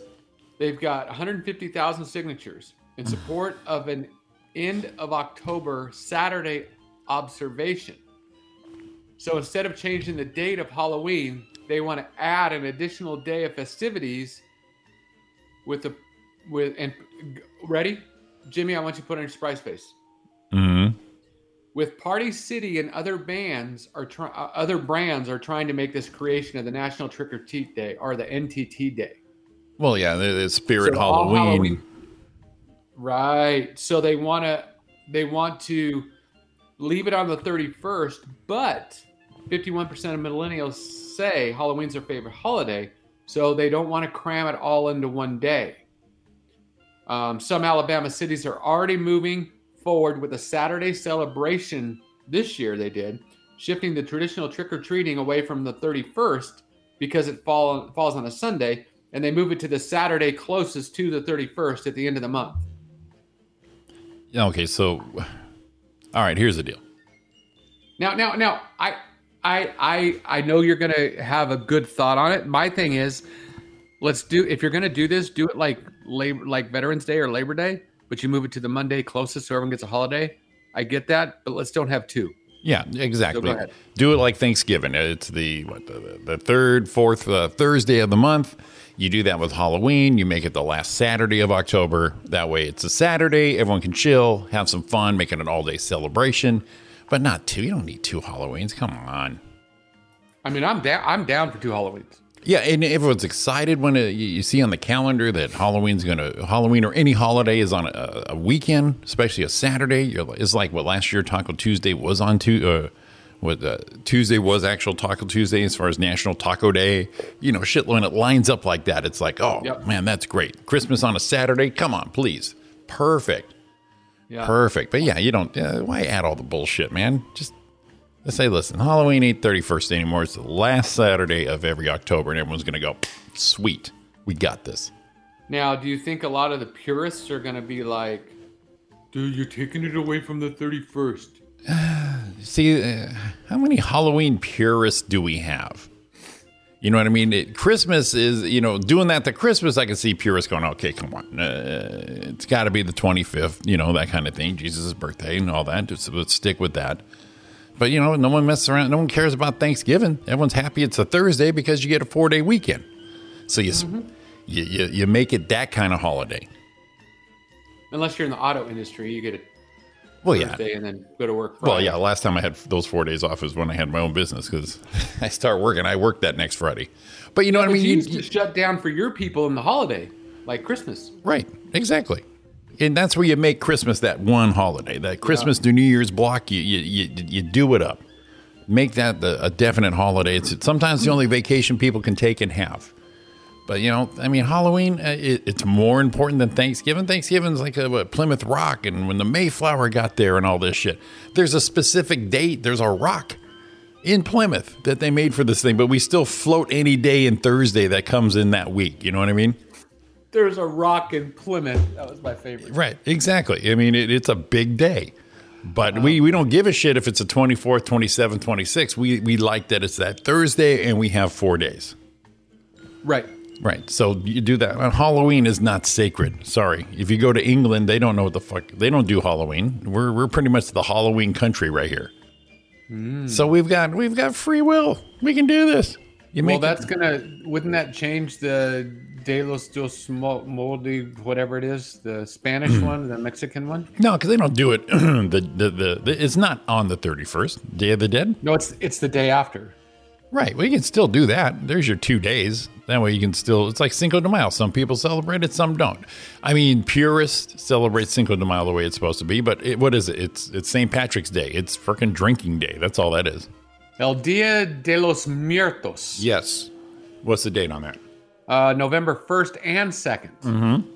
they've got 150,000 signatures in support of an end of October Saturday observation. So instead of changing the date of Halloween, they want to add an additional day of festivities with the with and ready? Jimmy, I want you to put on your surprise face
hmm
with Party City and other bands are try- uh, other brands are trying to make this creation of the National Trick or Treat Day or the NTT Day.
Well, yeah, the, the spirit
So all
Halloween.
Halloween- Right. So they want to they want to leave it on the 31st, but 51% of millennials say Halloween's their favorite holiday, so they don't want to cram it all into one day. Um, some Alabama cities are already moving forward with a Saturday celebration this year. They did shifting the traditional trick or treating away from the 31st because it fall, falls on a Sunday, and they move it to the Saturday closest to the 31st at the end of the month.
Yeah, Okay, so all right, here's the deal.
Now, now, now, I, I, I, I know you're gonna have a good thought on it. My thing is, let's do. If you're gonna do this, do it like labor, like Veterans Day or Labor Day, but you move it to the Monday closest, so everyone gets a holiday. I get that, but let's don't have two.
Yeah, exactly.
ahead.
Do it like Thanksgiving. It's the what the, the third, fourth uh, Thursday of the month. You do that with Halloween. You make it the last Saturday of October. That way, it's a Saturday. Everyone can chill, have some fun, make it an all-day celebration. But not two. You don't need two Halloweens. Come on.
I mean, I'm down. I'm down for two Halloweens.
Yeah, and everyone's excited when uh you, you see on the calendar that Halloween's going to Halloween or any holiday is on a, a weekend, especially a Saturday. You're, li- it's like what last year Taco Tuesday was on to uh, what uh, Tuesday was actual Taco Tuesday as far as National Taco Day. You know, shit when it lines up like that, it's like, oh
Yep.
man, that's great. Christmas on a Saturday, come on, please, perfect,
Yeah.
perfect. But yeah, you don't. Uh, why add all the bullshit, man? Just Let's say, listen, Halloween ain't 31st anymore. It's the last Saturday of every October, and everyone's going to go, sweet, we got this.
Now, do you think a lot of the purists are gonna be like, "Dude, you're taking it away from the 31st"?
See, uh, how many Halloween purists do we have? You know what I mean? It, Christmas is, you know, doing that to Christmas, I can see purists going, okay, come on. Uh, it's got to be the 25th, you know, that kind of thing, Jesus' birthday and all that. Just let's stick with that. But, you know, no one messes around. No one cares about Thanksgiving. Everyone's happy it's a Thursday because you get a four day weekend. So you, s you, you, you make it that kind of holiday.
Unless you're in the auto industry, you get a
Well, yeah.
Thursday and then go to work.
Well,
Friday.
yeah. Last time I had those four days off is when I had my own business because I start working. I work that next Friday. But you know what I
But
mean?
you
You-
used
you-
to shut down for your people in the holiday, like Christmas.
right. Exactly. And that's where you make Christmas that one holiday, that Christmas to New Year's block. You you, you, you do it up. Make that the, a definite holiday. It's sometimes the only vacation people can take and have. But you know, I mean, Halloween uh, it, it's more important than Thanksgiving. Thanksgiving's like a, what, Plymouth Rock, and when the Mayflower got there and all this shit. There's a specific date. There's a rock in Plymouth that they made for this thing, but we still float any day and Thursday that comes in that week. You know what I mean?
There's a rock in Plymouth. That was my favorite.
Right, exactly. I mean, it, it's a big day, but we, we don't give a shit if it's a 24th, 27th, 26th. We, we like that it's that Thursday and we have four days.
Right.
Right. So you do that. And Halloween is not sacred. Sorry. If you go to England, they don't know what the fuck. They don't do Halloween. We're, we're pretty much the Halloween country right here.
Hmm.
So we've got we've got free will. We can do this. You
Well,
make
that's gonna. Wouldn't that change the De los Dos Mo- Moldy, whatever it is, the Spanish
Hmm.
one, the Mexican one?
no, because they don't do it. the, the, the the it's not on the thirty first day of the dead.
No, it's it's the day after.
Right. We can still do that. There's your two days. That way you can still, it's like Cinco de Mayo. Some people celebrate it, some don't. I mean, purists celebrate Cinco de Mayo the way it's supposed to be, but it, what is it? It's it's St. Patrick's Day. It's freaking drinking day. That's all that is.
El Dia de los Muertos.
Yes. What's the date on that?
Uh, November first and 2nd Mm-hmm.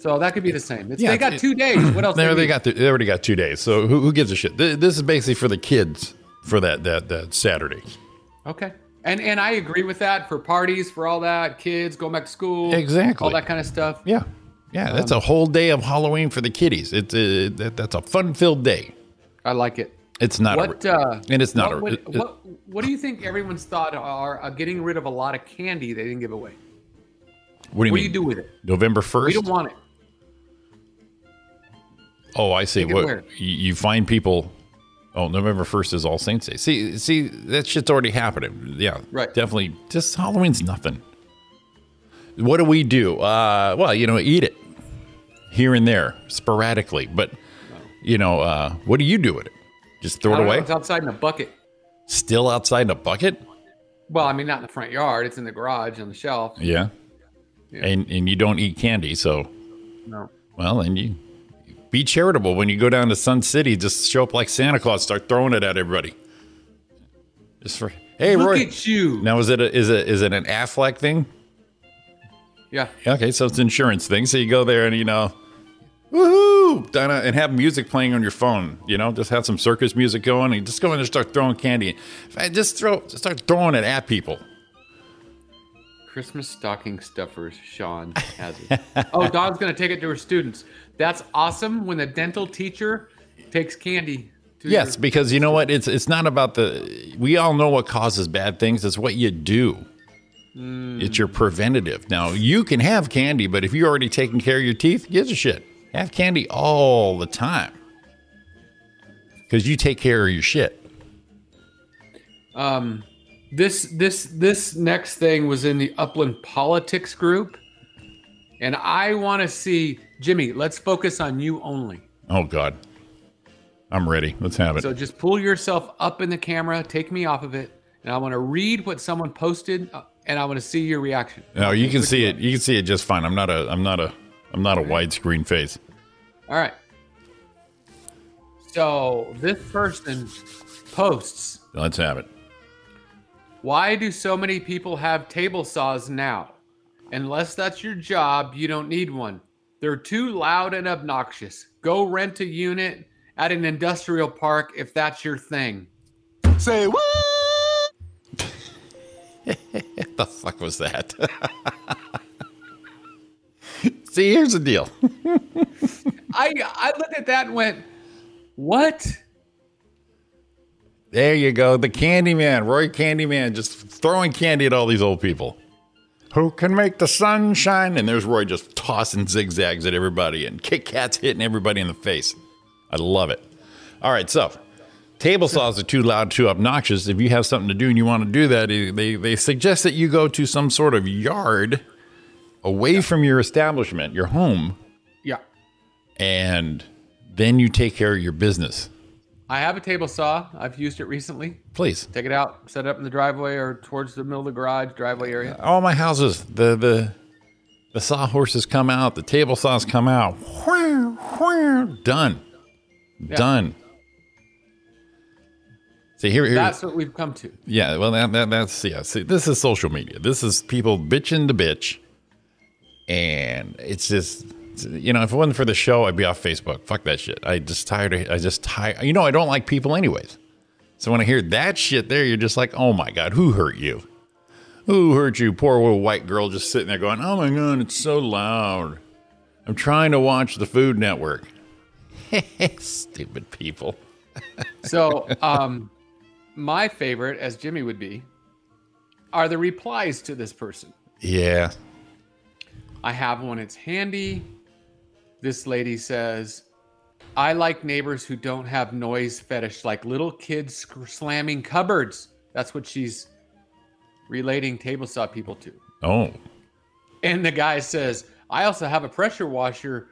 So that could be the same. It's,
Yeah,
they got
it-
two days. What else?
They already
need?
got the, they already got two days. So who, who gives a shit? Th- This is basically for the kids for that that that Saturday.
Okay. And and I agree with that for parties, for all that, kids going back to school,
Exactly.
all that kind of stuff.
Yeah. Um, Yeah, that's a whole day of Halloween for the kiddies. It's uh, that, that's a fun-filled day.
I like it.
It's not
What?
a,
Uh,
and it's not
what,
a,
would-
it- it-
what, what do you think everyone's thought are uh, getting rid of a lot of candy they didn't give away?
What do
What
you
do
mean?
you do with it?
November
We
first.
don't want it.
oh, I see.
Take it
What
where?
you, you find people? Oh, November first is All Saints Day. See, see, that shit's already happening. Yeah,
Right.
Definitely. Just Halloween's nothing. What do we do? Uh, well, you know, eat it here and there, sporadically. But you know, uh, what do you do with it? Just throw
I
it
don't know,
away?
It's outside in a bucket.
Still outside in a bucket?
Well, I mean, not in the front yard. It's in the garage on the shelf.
Yeah. And and you don't eat candy, so
No.
Well, and you be charitable when you go down to Sun City. Just show up like Santa Claus, start throwing it at everybody. Just for hey,
Look
Roy.
at you.
Now is it a, is it is it an Affleck thing?
Yeah.
Okay, so it's insurance thing. So you go there and you know, woohoo, Donna, and have music playing on your phone. You know, just have some circus music going and just go in and start throwing candy. And Just throw, just start throwing it at people.
Christmas stocking stuffers, Sean has it. oh, Dawn's going to take it to her students. That's awesome when the dental teacher takes candy. To
Yes,
your-
because you know what? It's it's not about the. We all know what causes bad things. It's what you do.
Hmm.
It's your preventative. Now you can have candy, but if you're already taking care of your teeth, gives a shit. Have candy all the time because you take care of your shit.
um, this this this next thing was in the Upland Politics group, and I want to see Jimmy. Let's focus on you only.
Oh God, I'm ready. Let's have it.
So just pull yourself up in the camera, take me off of it, and I want to read what someone posted, uh, and I want to see your reaction.
no, you can see it. You can see it just fine. I'm not a. I'm not a. I'm not a widescreen face.
All right. So this person posts,
Let's have it.
"Why do so many people have table saws now? Unless that's your job, you don't need one. They're too loud and obnoxious. Go rent a unit at an industrial park if that's your thing."
Say what?
the fuck was that? See, here's the deal.
I I looked at that and went, "What?"
There you go. The Candyman, Roy Candyman, just throwing candy at all these old people. Who can make the sun shine? And there's Roy just tossing zigzags at everybody and Kit Kats hitting everybody in the face. I love it. All right, so table saws are too loud, too obnoxious. If you have something to do and you want to do that, they, they suggest that you go to some sort of yard away from your establishment, your home,
Yeah.
and then you take care of your business.
I have a table saw. I've used it recently.
Please.
Take it out, set it up in the driveway or towards the middle of the garage, driveway area.
all my houses, the the the sawhorses come out, the table saws come out. Done. Done. See here, here
That's what we've come to.
yeah, well that, that that's yeah. See, this is social media. This is people bitching to bitch. And it's just you know, if it wasn't for the show, I'd be off Facebook. Fuck that shit. I just tired of I just tired you know, I don't like people anyways. So when I hear that shit there, you're just like, oh my god, who hurt you? Who hurt you? Poor little white girl just sitting there going, Oh my god, it's so loud. I'm trying to watch the Food Network. Stupid people.
So, um, my favorite, as Jimmy would be, are the replies to this person.
Yeah.
I have one, it's handy. This lady says, I like neighbors who don't have noise fetish, like little kids sc- slamming cupboards. That's what she's relating table saw people to.
Oh.
And the guy says, I also have a pressure washer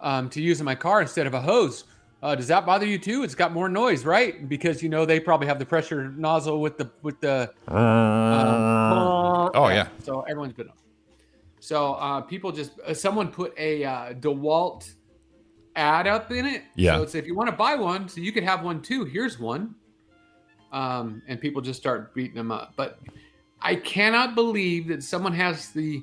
um, to use in my car instead of a hose. Uh, does that bother you too? It's got more noise, right? Because you know they probably have the pressure nozzle with the with the. Uh,
oh yeah.
So everyone's been up. So uh, people just uh, someone put a uh, DeWalt ad up in it.
Yeah.
So it's if you want to buy one, so you could have one too. Here's one. Um, and people just start beating them up. But I cannot believe that someone has the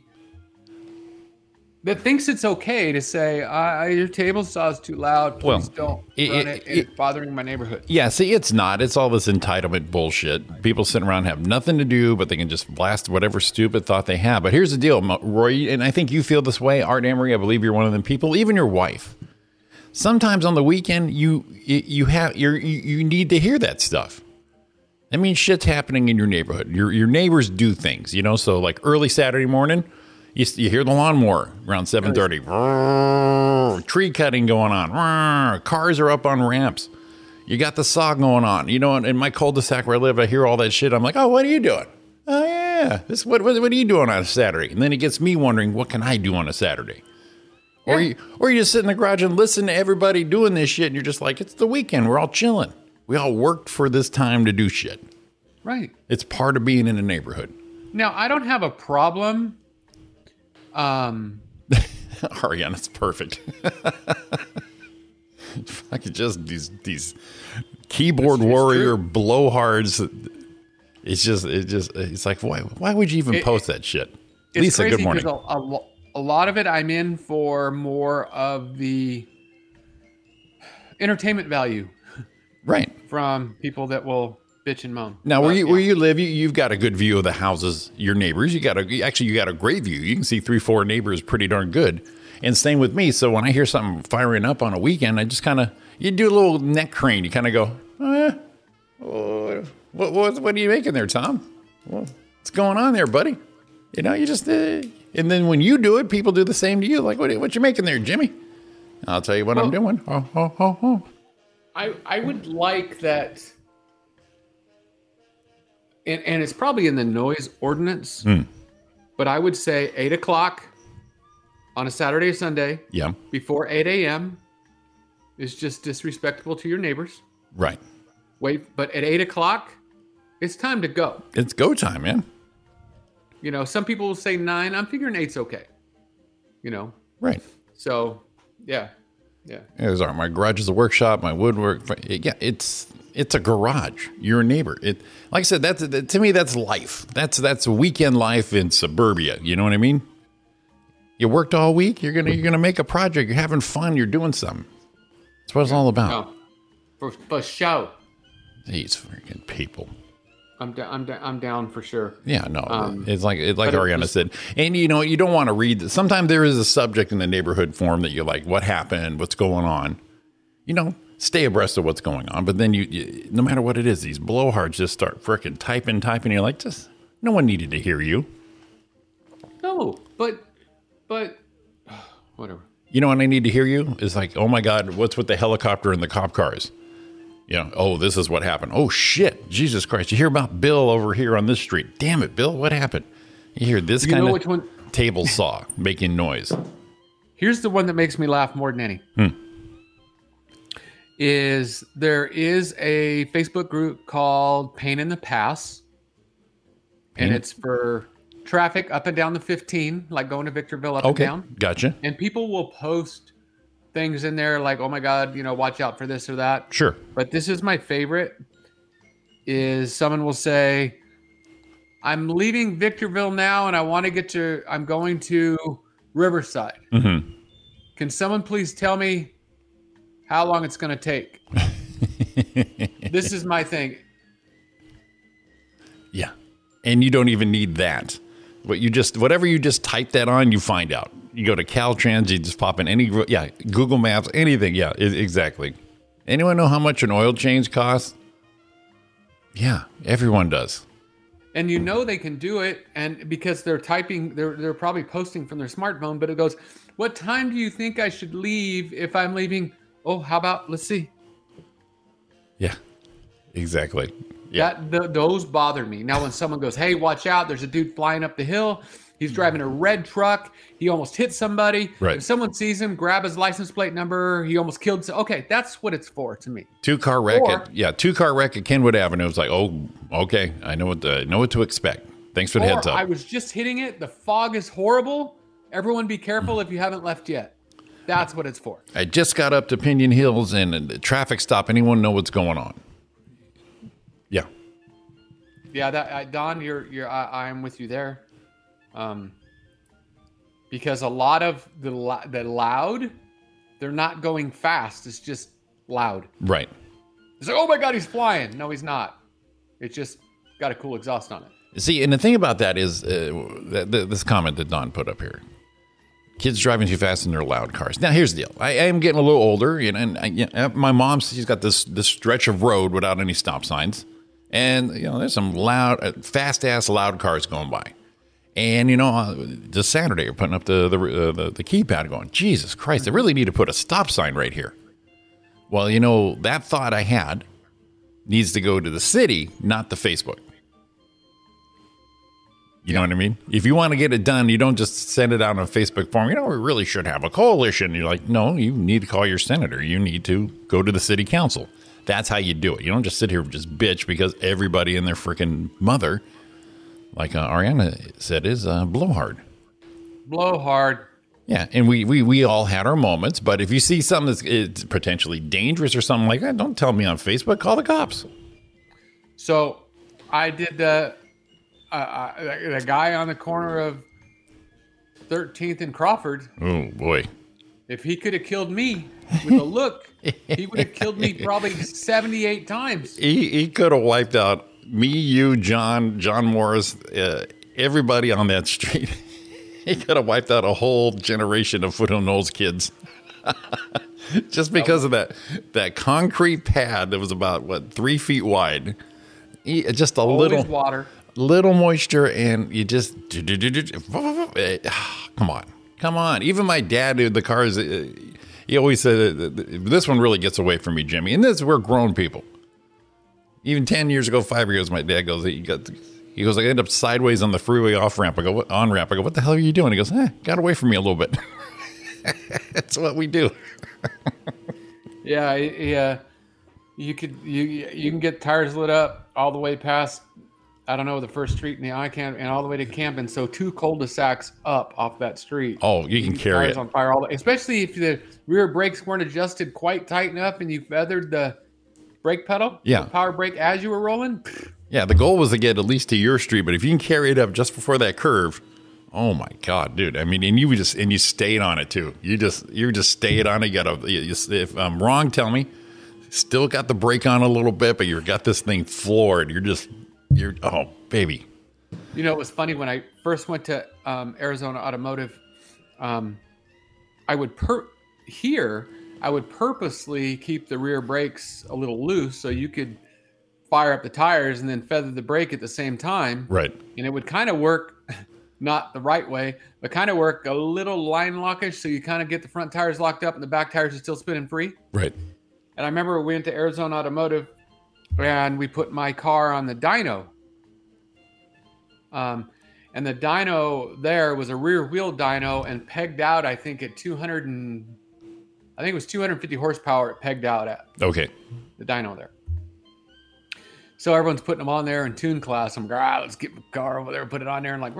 that thinks it's okay to say uh, your table saw's too loud. Please don't
Well, it-
run it,
it- it-
It's bothering my neighborhood.
Yeah, see, it's not. It's all this entitlement bullshit. People sitting around have nothing to do, but they can just blast whatever stupid thought they have. But here's the deal, Mo- Roy, and I think you feel this way, Art Emery. I believe you're one of them people. Even your wife. Sometimes on the weekend, you you you have you're, you you need to hear that stuff. That means shit's happening in your neighborhood. Your your neighbors do things, you know. So like early Saturday morning, you, s- you hear the lawnmower around seven thirty. Tree cutting going on. Roar. Cars are up on ramps. You got the saw going on. You know, in, in my cul-de-sac where I live, I hear all that shit. I'm like, oh, what are you doing? Oh yeah, this what what, what are you doing on a Saturday? And then it gets me wondering, what can I do on a Saturday? Or you or you just sit in the garage and listen to everybody doing this shit, and you're just like, it's the weekend. We're all chilling. We all worked for this time to do shit.
Right.
It's part of being in a neighborhood.
Now I don't have a problem. Um.
Ariana's perfect. Fucking just these these keyboard warrior blowhards. It's just it just it's like why why would you even
It-
post that shit?
it's
Lisa,
crazy
good morning.
because A, a lo- a lot of it I'm in for more of the entertainment value
Right.
from people that will bitch and moan.
Now, where
But,
you
yeah.
where you live, you, you've got a good view of the houses, your neighbors. You got a actually you got a great view. You can see three, four neighbors pretty darn good. And same with me. So when I hear something firing up on a weekend, I just kind of you do a little neck crane. You kind of go, eh, oh, what, what what are you making there, Tom? Well, what's going on there, buddy? You know, you just uh, and then when you do it, people do the same to you. Like, what what you making there, Jimmy? I'll tell you what I'm doing. Oh, oh, oh, oh.
I, I would like that. And, and it's probably in the noise ordinance,
Hmm.
but I would say eight o'clock on a Saturday or Sunday
Yeah,
before 8 a.m. is just disrespectful to your neighbors.
right.
Wait, but at eight o'clock, it's time to go.
It's go time, man.
You know, some people will say nine. I'm figuring eight's okay. You know,
Right.
so yeah, yeah.
It was our, my garage is a workshop. My woodwork, yeah, it's it's a garage. You're a neighbor. It, like I said, that's that, to me that's life. That's that's weekend life in suburbia. You know what I mean? You worked all week. You're gonna you're gonna make a project. You're having fun. You're doing something. That's what it's all about.
No, Oh, for for show,
These freaking people.
I'm da- I'm da- I'm down for sure.
Yeah, no,
Um,
it's like it's like
but it
Ariana
was-
said, and you know you don't want to read. The, sometimes there is a subject in the neighborhood forum that you're like, what happened? What's going on? You know, stay abreast of what's going on. But then you, you no matter what it is, these blowhards just start frickin' typing, typing. You're like, just no one needed to hear you.
No, but but whatever.
You know, and I need to hear you is like, oh my god, what's with the helicopter and the cop cars? You know, oh this is what happened. Oh shit, Jesus Christ! You hear about Bill over here on this street? Damn it, Bill, what happened? You hear this
You
kind
know
of
which one?
table saw making noise.
Here's the one that makes me laugh more than any.
Hmm.
Is there is a Facebook group called Pain in the Pass,
Pain-
and it's for traffic up and down the 15, like going to Victorville up
Okay,
and down.
gotcha.
And people will post things in there like, "Oh my God, you know, watch out for this or that."
Sure.
but this is my favorite is someone will say i'm leaving victorville now and i want to get to i'm going to riverside
Mm-hmm.
can someone please tell me how long it's going to take this is my thing
Yeah, and you don't even need that. What you just whatever you just type that on, you find out. You go to Caltrans, you just pop in any yeah Google Maps, anything. Yeah, e- exactly. Anyone know how much an oil change costs? Yeah, everyone does.
and you know they can do it and because they're typing they're, they're probably posting from their smartphone but it goes what time do you think i should leave if i'm leaving oh how about let's see
Yeah, exactly. Yeah,
That th- those bother me. Now when someone goes, "Hey, watch out! There's a dude flying up the hill. He's driving a red truck. He almost hit somebody."
Right.
If someone sees him, grab his license plate number. He almost killed. So- okay, that's what it's for to me.
two car wreck.
Or-
at, yeah, two car wreck at Kenwood Avenue. It's like, oh, okay, I know what the, I know what to expect. Thanks for the heads
Or
up.
I was just hitting it. The fog is horrible. Everyone, be careful
Mm-hmm.
if you haven't left yet. That's what it's for.
I just got up to Pinion Hills and the traffic stop. Anyone know what's going on? Yeah.
Yeah, that I, Don, you're you're I, I'm with you there, um, because a lot of the lo- the loud, they're not going fast. It's just loud.
Right.
It's like, oh my god, he's flying. No, he's not. It's just got a cool exhaust on it.
See, and the thing about that is uh, th- th- this comment that Don put up here. Kids driving too fast in their loud cars. Now, here's the deal. I, I am getting a little older, and, and I, you know, my mom, she's got this this stretch of road without any stop signs, and you know, there's some loud, uh, fast ass loud cars going by. And you know, uh, this Saturday, we're putting up the the, uh, the the keypad, going, Jesus Christ, they really need to put a stop sign right here. Well, you know, that thought I had needs to go to the city, not the Facebook. You know what I mean? If you want to get it done, you don't just send it out on Facebook form. You know, we really should have a coalition. You're like, no, you need to call your senator. You need to go to the city council. That's how you do it. You don't just sit here and just bitch because everybody and their freaking mother, like uh, Ariana said, is uh, blowhard.
Blow hard.
Yeah, and we, we we all had our moments, but if you see something that's it's potentially dangerous or something like that, don't tell me on Facebook. Call the cops.
So, I did the uh, uh, the guy on the corner of 13th and Crawford
Oh boy,
is If he could have killed me with a look, he would have killed me probably 78 times.
He, he could have wiped out me, you, John, John Morris, uh, everybody on that street. he could have wiped out a whole generation of Foothill Knowles kids. Just because of that that concrete pad that was about what three feet wide, He- just a
Always
little
water.
little moisture and you just come on come on even my dad dude, the cars uh, he always said uh, this one really gets away from me jimmy and this we're grown people even 10 years ago five years my dad goes he got he goes i end up sideways on the freeway off ramp i go "What- on ramp i go what the hell are you doing he goes eh, got away from me a little bit that's what we do
Yeah, yeah. You could you you can get tires lit up all the way past I don't know the first street in the eye camp and all the way to Camden. So two cul-de-sacs up off that street.
oh you can carry
tires
it
on fire all the, especially if the rear brakes weren't adjusted quite tight enough and you feathered the brake pedal.
Yeah.
the power brake as you were rolling.
Yeah, the goal was to get at least to your street, but if you can carry it up just before that curve, oh my god, dude! I mean, and you just and you stayed on it too. You just you just stayed on it. You got a you, you, if I'm wrong, tell me. Still got the brake on a little bit, but you got this thing floored. You're just you're oh baby,
You know, it was funny when I first went to um, Arizona Automotive. Um, I would per here. I would purposely keep the rear brakes a little loose so you could fire up the tires and then feather the brake at the same time,
right?
and it would kind of work, not the right way, but kind of work a little line lockish. So you kind of get the front tires locked up and the back tires are still spinning free.
Right.
And I remember we went to Arizona Automotive and we put my car on the dyno. Um, and the dyno there was a rear wheel dyno and pegged out, I think, at 200 and I think it was 250 horsepower, it pegged out at
Okay.
the dyno there. So everyone's putting them on there in tune class. I'm like, all right, let's get my car over there, put it on there, and like,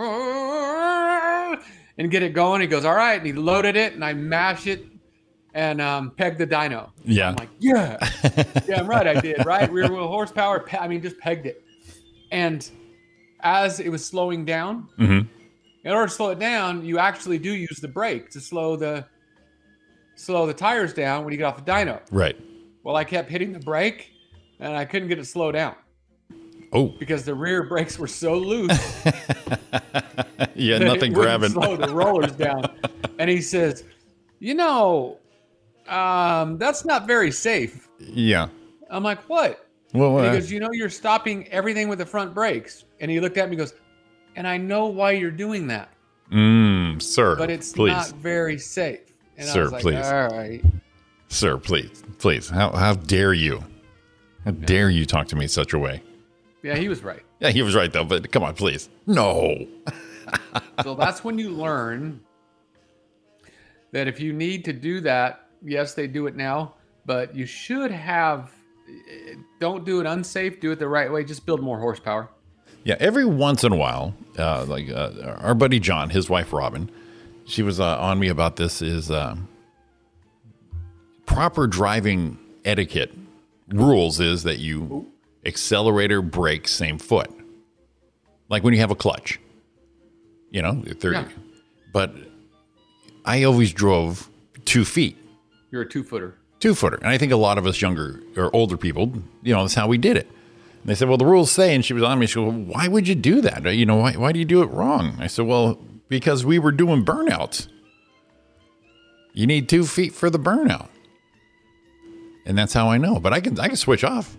and get it going. He goes, all right, and he loaded it, and I mash it, and um, pegged the dyno.
Yeah.
I'm like, yeah, yeah, I'm right, I did, right? Rear wheel horsepower. pe- I mean, just pegged it. And as it was slowing down,
Mhm.
in order to slow it down, you actually do use the brake to slow the slow the tires down when you get off the dyno.
Right.
Well, I kept hitting the brake and I couldn't get it slowed down
Oh,
because the rear brakes were so loose.
yeah.
that it wouldn't
Nothing grabbing.
Slow the rollers down. And he says, You know, um, that's not very safe.
yeah.
I'm like, What?
Well,
And
uh,
he goes, You know, you're stopping everything with the front brakes. And he looked at me and goes, And I know why you're doing that,
mm, sir.
but it's
please,
not very safe. And I
Sir,
was like,
please.
All right.
sir. Please, please. How how dare you? How dare you talk to me in such a way?
Yeah, he was right.
Yeah, he was right though. But come on, please. No.
So that's when you learn that if you need to do that, yes, they do it now, but you should have. eh, Don't do it unsafe. Do it the right way. Just build more horsepower.
Yeah, every once in a while, uh, like uh, our buddy John, his wife Robin, she was uh, on me about this is um proper driving etiquette rules is that you accelerator brake same foot, like when you have a clutch, you know, thirty.
Yeah.
But I always drove two feet
You're a two footer.
two footer. And I think a lot of us younger or older people, you know, that's how we did it. And they said, well, the rules say, and she was on me. She goes, well, why would you do that? Uh, You know, why, why do you do it wrong? I said, well, because we were doing burnouts. You need two feet for the burnout. And that's how I know. But I can, I can switch off.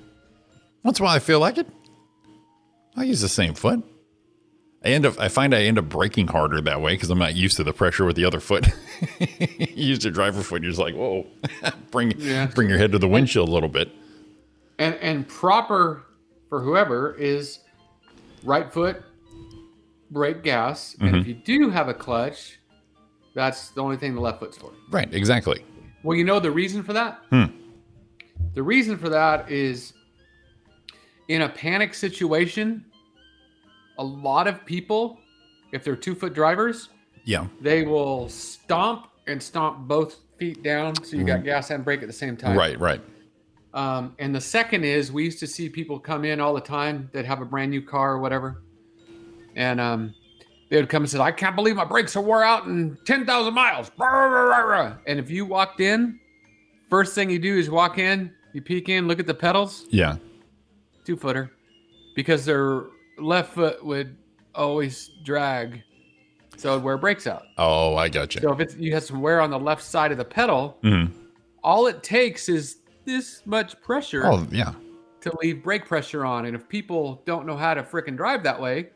Once in a while, I feel like it. I use the same foot. I end up, I find I end up braking harder that way because I'm not used to the pressure with the other foot. you use your driver foot, you're just like, whoa, bring,
Yeah.
bring your head to the windshield a little bit.
And and proper for whoever is right foot, brake gas, and if you do have a clutch, that's the only thing the left foot's for.
Right, exactly.
Well, you know the reason for that? The reason for that is in a panic situation, a lot of people, if they're two foot drivers,
Yeah.
they will stomp and stomp both feet down so you got gas and brake at the same time.
Right, right.
Um, and the second is we used to see people come in all the time that have a brand new car or whatever, and um, they would come and said, "I can't believe my brakes are wore out in ten thousand miles." Brr, brr, brr, brr. And if you walked in, first thing you do is walk in, you peek in, look at the pedals,
Yeah.
two footer, because their left foot would always drag, so it'd wear brakes out.
Oh, I got you.
So if it's, you have some wear on the left side of the pedal,
Mhm.
all it takes is this much pressure
Oh, yeah.
to leave brake pressure on. And if people don't know how to frickin' drive that way,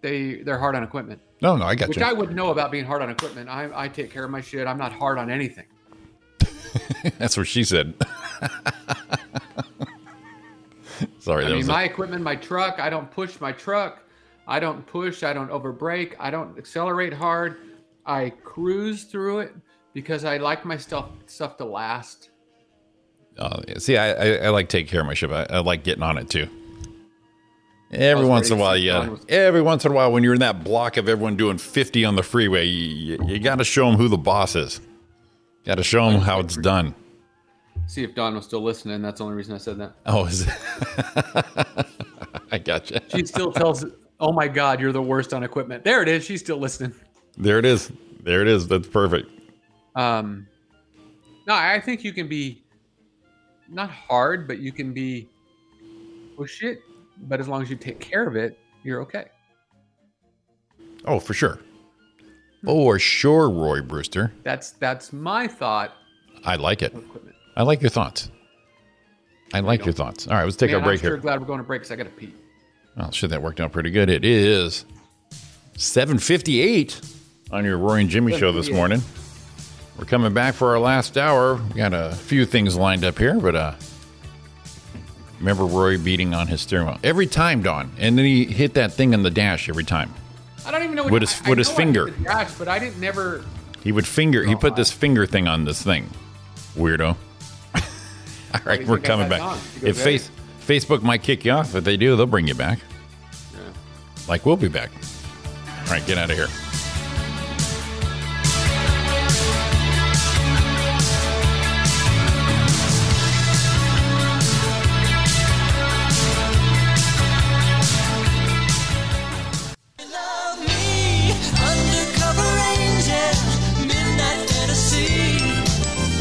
they they're hard on equipment,
No, no, I got
which
you.
I wouldn't know about being hard on equipment. I, I take care of my shit. I'm not hard on anything.
That's what she said. Sorry,
I
that
mean,
was a-
my equipment, my truck. I don't push my truck. I don't push. I don't overbrake. I don't accelerate hard. I cruise through it because I like my stuff stuff to last.
Oh, yeah. see, I, I, I like take care of my ship. I, I like getting on it too. Every
was
once in a
ready to
while,
sit
you
down
gotta-
with-
every once in a while, when you're in that block of everyone doing 50 on the freeway, you, you, you got to show them who the boss is. Got to show them how it's done.
See if Don was still listening. That's the only reason I said that.
Oh, is it? I gotcha.
She still tells, "Oh my God, you're the worst on equipment." There it is. She's still listening.
There it is. There it is. That's perfect.
Um, no, I think you can be not hard, but you can be oh shit. But as long as you take care of it, you're okay.
Oh, for sure. Oh, or sure, Roy Brewster.
That's that's my thought.
I like it.
on Equipment.
I like your thoughts. I like your thoughts. All right, let's take
Man,
a break
I'm sure
here.
glad we're going to break because I got to pee.
Well, shit, that worked out pretty good. It is 758 on your Roy and Jimmy show this
7:58.
morning. We're coming back for our last hour. We got a few things lined up here, but uh remember Roy beating on his steering wheel. Every time, Don. And then he hit that thing in the dash every time.
I don't even know what
With his-
I- I
with his
know I hit
finger.
the dash, but I didn't never.
He would finger
Oh,
he put this finger thing on this thing. Weirdo. All right,
you
we're
think I
coming
had
back.
Don? He
If
goes,
face, Facebook might kick you off, if they do, they'll bring you back. Like we'll be back. All right, get out of here.
Love me, undercover angel, midnight fantasy.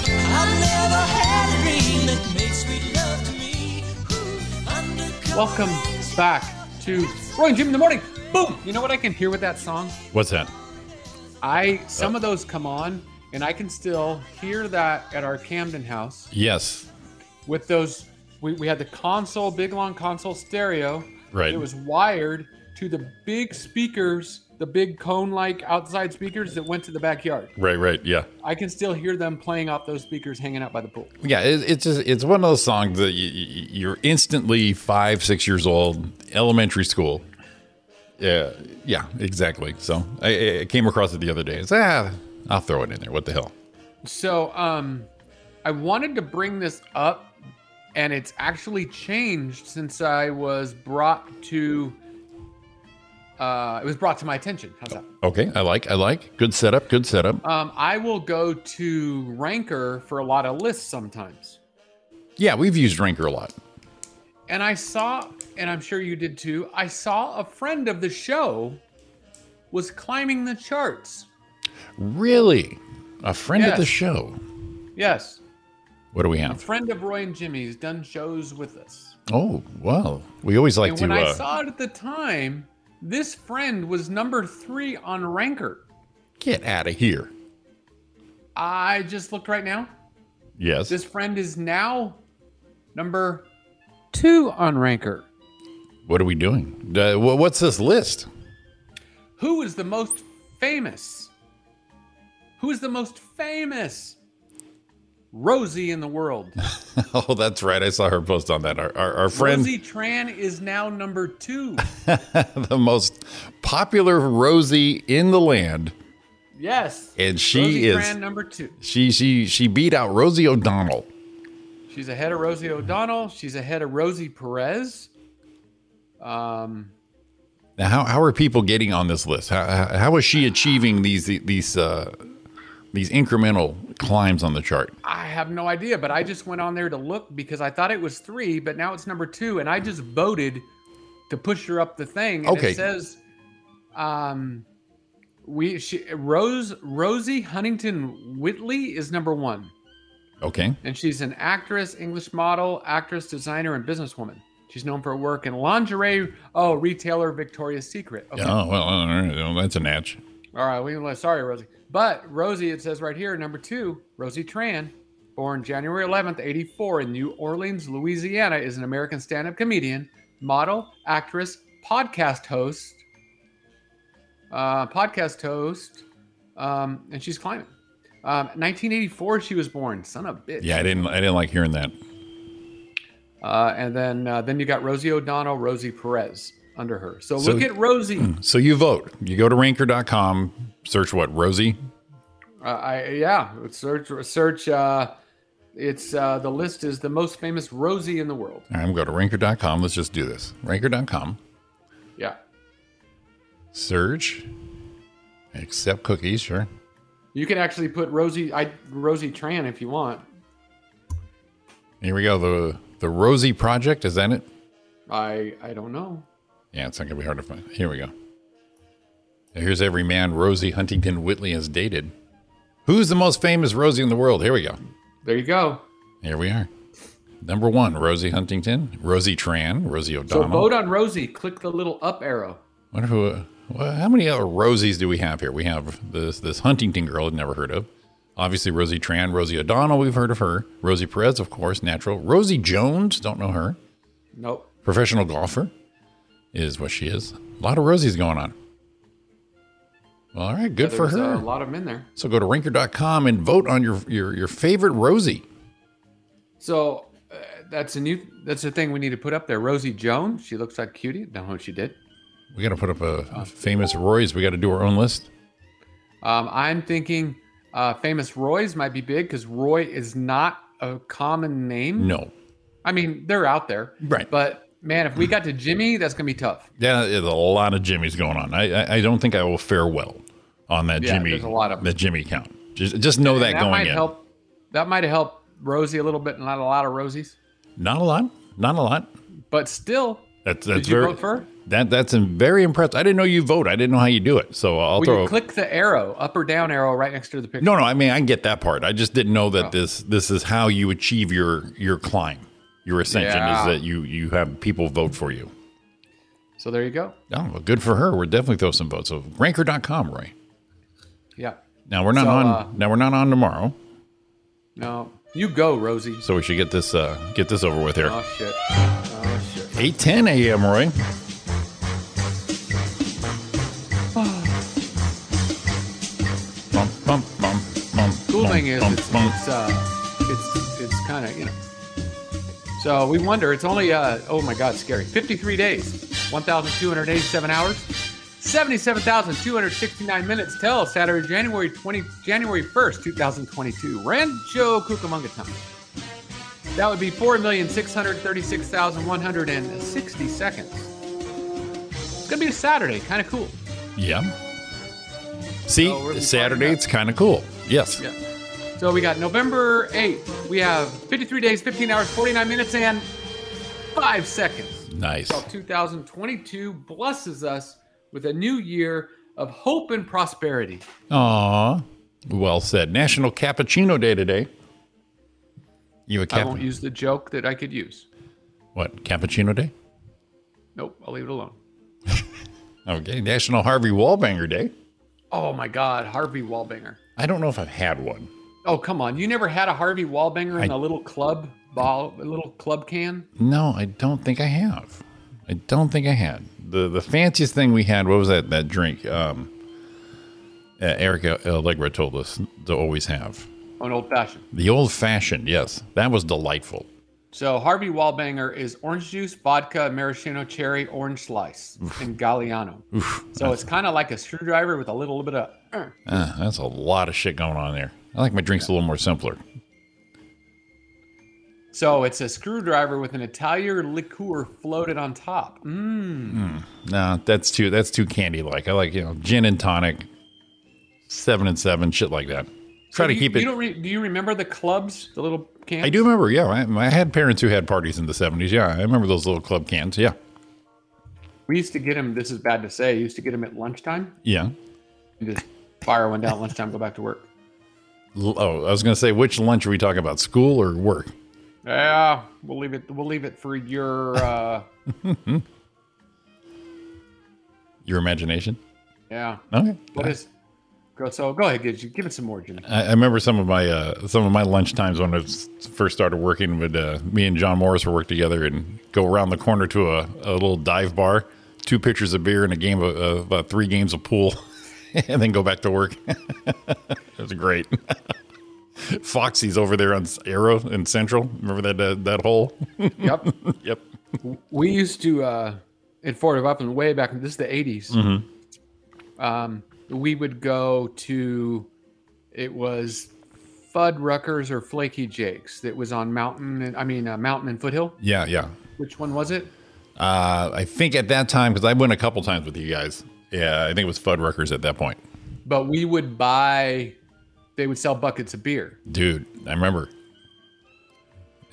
I've never had a dream that made sweet love to me. Ooh, undercover
Welcome
angel.
back to Roy and Jim in the morning. Boom! You know what I can hear with that song?
What's that?
I
Oh.
some of those come on, and I can still hear that at our Camden house.
Yes.
with those we, we had the console big long console stereo
Right.
it was wired to the big speakers the big cone like outside speakers that went to the backyard
Right, right. Yeah.
i can still hear them playing off those speakers hanging out by the pool
Yeah. It, it's just, it's one of those songs that you, you're instantly five, six years old, elementary school. Yeah. Yeah, exactly. So I, I came across it the other day. It's, ah, I'll throw it in there. What the hell?
so um i wanted to bring this up and it's actually changed since i was brought to uh it was brought to my attention how's that
Okay. I like, I like. Good setup. Good setup.
um i will go to ranker for a lot of lists sometimes
Yeah. We've used Ranker a lot.
and I saw, and I'm sure you did too, I saw a friend of the show was climbing the charts.
Really? A friend of the
Yes.
show.
Yes.
What do we
A
have?
friend of Roy and Jimmy's done shows with us.
Oh, wow. We always like
And
to.
when I
uh,
saw it at the time, this friend was number three on Ranker.
get out of here.
I just looked right now.
Yes.
This friend is now number two on Ranker.
what are we doing? Uh, wh- what's this list?
Who is the most famous? Who is the most famous Rosie in the world?
Oh, that's right. I saw her post on that. Our, our, our friend,
Rosie Tran is now number two.
the most popular Rosie in the land,
Yes.
and she
Rosie
is
Tran number two.
she she she beat out Rosie O'Donnell.
She's ahead of Rosie O'Donnell. She's ahead of Rosie Perez. Um,
Now, how, how are people getting on this list? How, how, how is she achieving these these uh, these incremental climbs on the chart?
I have no idea, but I just went on there to look because I thought it was three, but now it's number two, and I just voted to push her up the thing. And
Okay.
It says, um, We she Rose Rosie Huntington Whitley is number one,
Okay.
and she's an actress, English model, actress, designer, and businesswoman. She's known for her work in lingerie. Oh, retailer Victoria's Secret. Okay.
Oh well, all right, well, that's a natch.
All right, we left. Sorry, Rosie. But Rosie, it says right here, number two, Rosie Tran, born January 11th, 84, in New Orleans, Louisiana, is an American stand up comedian, model, actress, podcast host, uh, podcast host, um, and she's climbing. Um, 1984, she was born. Son of a bitch.
Yeah, I didn't. I didn't like hearing that.
Uh, and then, uh, then you got Rosie O'Donnell, Rosie Perez under her. So,
So- Hmm.
look at Rosie.
So you vote. You go to ranker.com, search what Rosie.
Uh, I yeah, search search. Uh, it's uh, the list is the most famous Rosie in the world.
All right, I'm going to ranker.com. Let's just do this. Ranker.com,
Yeah,
search, accept cookies. Sure.
you can actually put Rosie I Rosie Tran if you want.
Here we go. The the Rosie Project is that it?
I I don't know.
Yeah, it's not gonna be hard to find. Here we go. Now, Here's every man Rosie Huntington Whitley has dated. Who's the most famous Rosie in the world? Here we go.
There you go.
Here we are. Number one, Rosie Huntington, Rosie Tran, Rosie
So
O'Donnell.
vote on Rosie. Click the little up arrow.
Wonder who? Uh, well, how many other Rosies do we have here? We have this this Huntington girl I've never heard of. Obviously, Rosie Tran, Rosie O'Donnell. We've heard of her. Rosie Perez, of course, natural. Rosie Jones, don't know her.
Nope.
Professional golfer is what she is. A lot of Rosies going on. Well, all right, good for
There's, uh,
her.
A lot of them in there.
so go to rinker.com and vote on your your, your favorite Rosie.
So uh, that's a new. That's the thing we need to put up there. Rosie Jones. She looks like cutie. Don't know what she did.
We got to put up a, a famous Roy's. We got to do our own list.
Um, I'm thinking uh, famous Roy's might be big because Roy is not a common name.
No,
I mean, they're out there.
Right.
But man, if we got to Jimmy, that's gonna be tough.
Yeah, there's a lot of Jimmys going on. I I, I don't think I will fare well on that
Yeah,
Jimmy.
there's a lot of 'em.
that Jimmy count. Just just know Oh, that,
And that
going
might
in.
help. That might have helped Rosie a little bit, not a lot of Rosies,
Not a lot. Not a lot.
but still.
That's that's
Did you
very
vote for? her?
that that's um, very impressed. I didn't know you vote. I didn't know how you do it. So I'll
Well,
throw.
you click the arrow, up or down arrow, right next to the picture.
no, no. I mean, I get that part. I just didn't know that
Oh.
this this is how you achieve your your climb, your ascension
Yeah.
is that you you have people vote for you.
So there you go.
Oh, well, good for her. We're definitely throw some votes. So ranker.com, Roy.
Yeah.
Now we're not
So,
on.
uh,
now we're not on tomorrow.
No, you go, Rosie.
So we should get this uh get this over with here.
Oh shit. Oh shit.
Eight ten a.m. Roy. Bum, bum, bum, bum,
cool
bum,
thing is
bum,
it's,
bum.
it's uh it's it's kind of you know so we wonder it's only uh oh my god scary 53 days 1287 hours 77,269 minutes till Saturday, January 20, January 1st, 2022. Rancho Cucamonga time. That would be 4,636,160 seconds. It's going to be a Saturday. Kind of cool.
yeah. See,
So we're
Saturday
fine.
it's kind of cool. Yes.
Yeah. So we got November 8th. We have 53 days, 15 hours, 49 minutes, and 5 seconds.
Nice.
Till 2022 blesses us with a new year of hope and prosperity.
Aw. Well said. National Cappuccino Day today. You a
I
cap?
won't use the joke that I could use.
what Cappuccino Day?
Nope, I'll leave it alone.
Okay. National Harvey Wallbanger Day.
Oh my God, Harvey Wallbanger.
I don't know if I've had one.
Oh, come on. You never had a Harvey Wallbanger in
I-
a little club ball, a little club can?
No, I don't think I have. I don't think I had the the fanciest thing we had. What was that that drink? Um, uh, Erica Allegra told us to always have
Oh, an old fashioned.
the old fashioned. Yes, that was delightful.
So Harvey Wallbanger is orange juice, vodka, maraschino cherry, orange slice, and Galliano. so it's kind of like a screwdriver with a little bit of. uh,
Uh, that's a lot of shit going on there. I like my drinks a little more simpler.
So it's a screwdriver with an Italian liqueur floated on top. Mm,
No, that's too that's too candy like. I like you know gin and tonic, seven and seven, shit like that. Try to
you,
keep
you
it.
Don't re- do you remember the clubs, the little cans?
I do remember. Yeah, I, I had parents who had parties in the seventies. Yeah, I remember those little club cans. Yeah,
We used to get them. This is bad to say. Used to get them at lunchtime,
yeah.
just fire one down at lunchtime, go back to work.
L- Oh, I was going to say, which lunch are we talking about? School or work?
Yeah, we'll leave it. We'll leave it for your. Uh,
Your imagination?
yeah.
Okay.
What is? Go so go ahead. Give, give it some more, Jim.
I, I remember some of my uh, some of my lunch times when I s- first started working. With uh, me and John Morris would work together and go around the corner to a, a little dive bar, two pitchers of beer and a game of uh, about three games of pool, and then go back to work. it was great. Foxy's over there on S- Arrow and Central. Remember that uh, that hole?
Yep.
yep.
we used to uh in Fort up and way back in this is the 80s um we would go to it was Fud Ruckers or Flaky Jakes that was on Mountain and I mean uh, Mountain and Foothill
Yeah, yeah.
which one was it
Uh, I think at that time because I went a couple times with you guys. Yeah, I think it was Fuddruckers at that point.
but we would buy they would sell buckets of beer
Dude, I remember.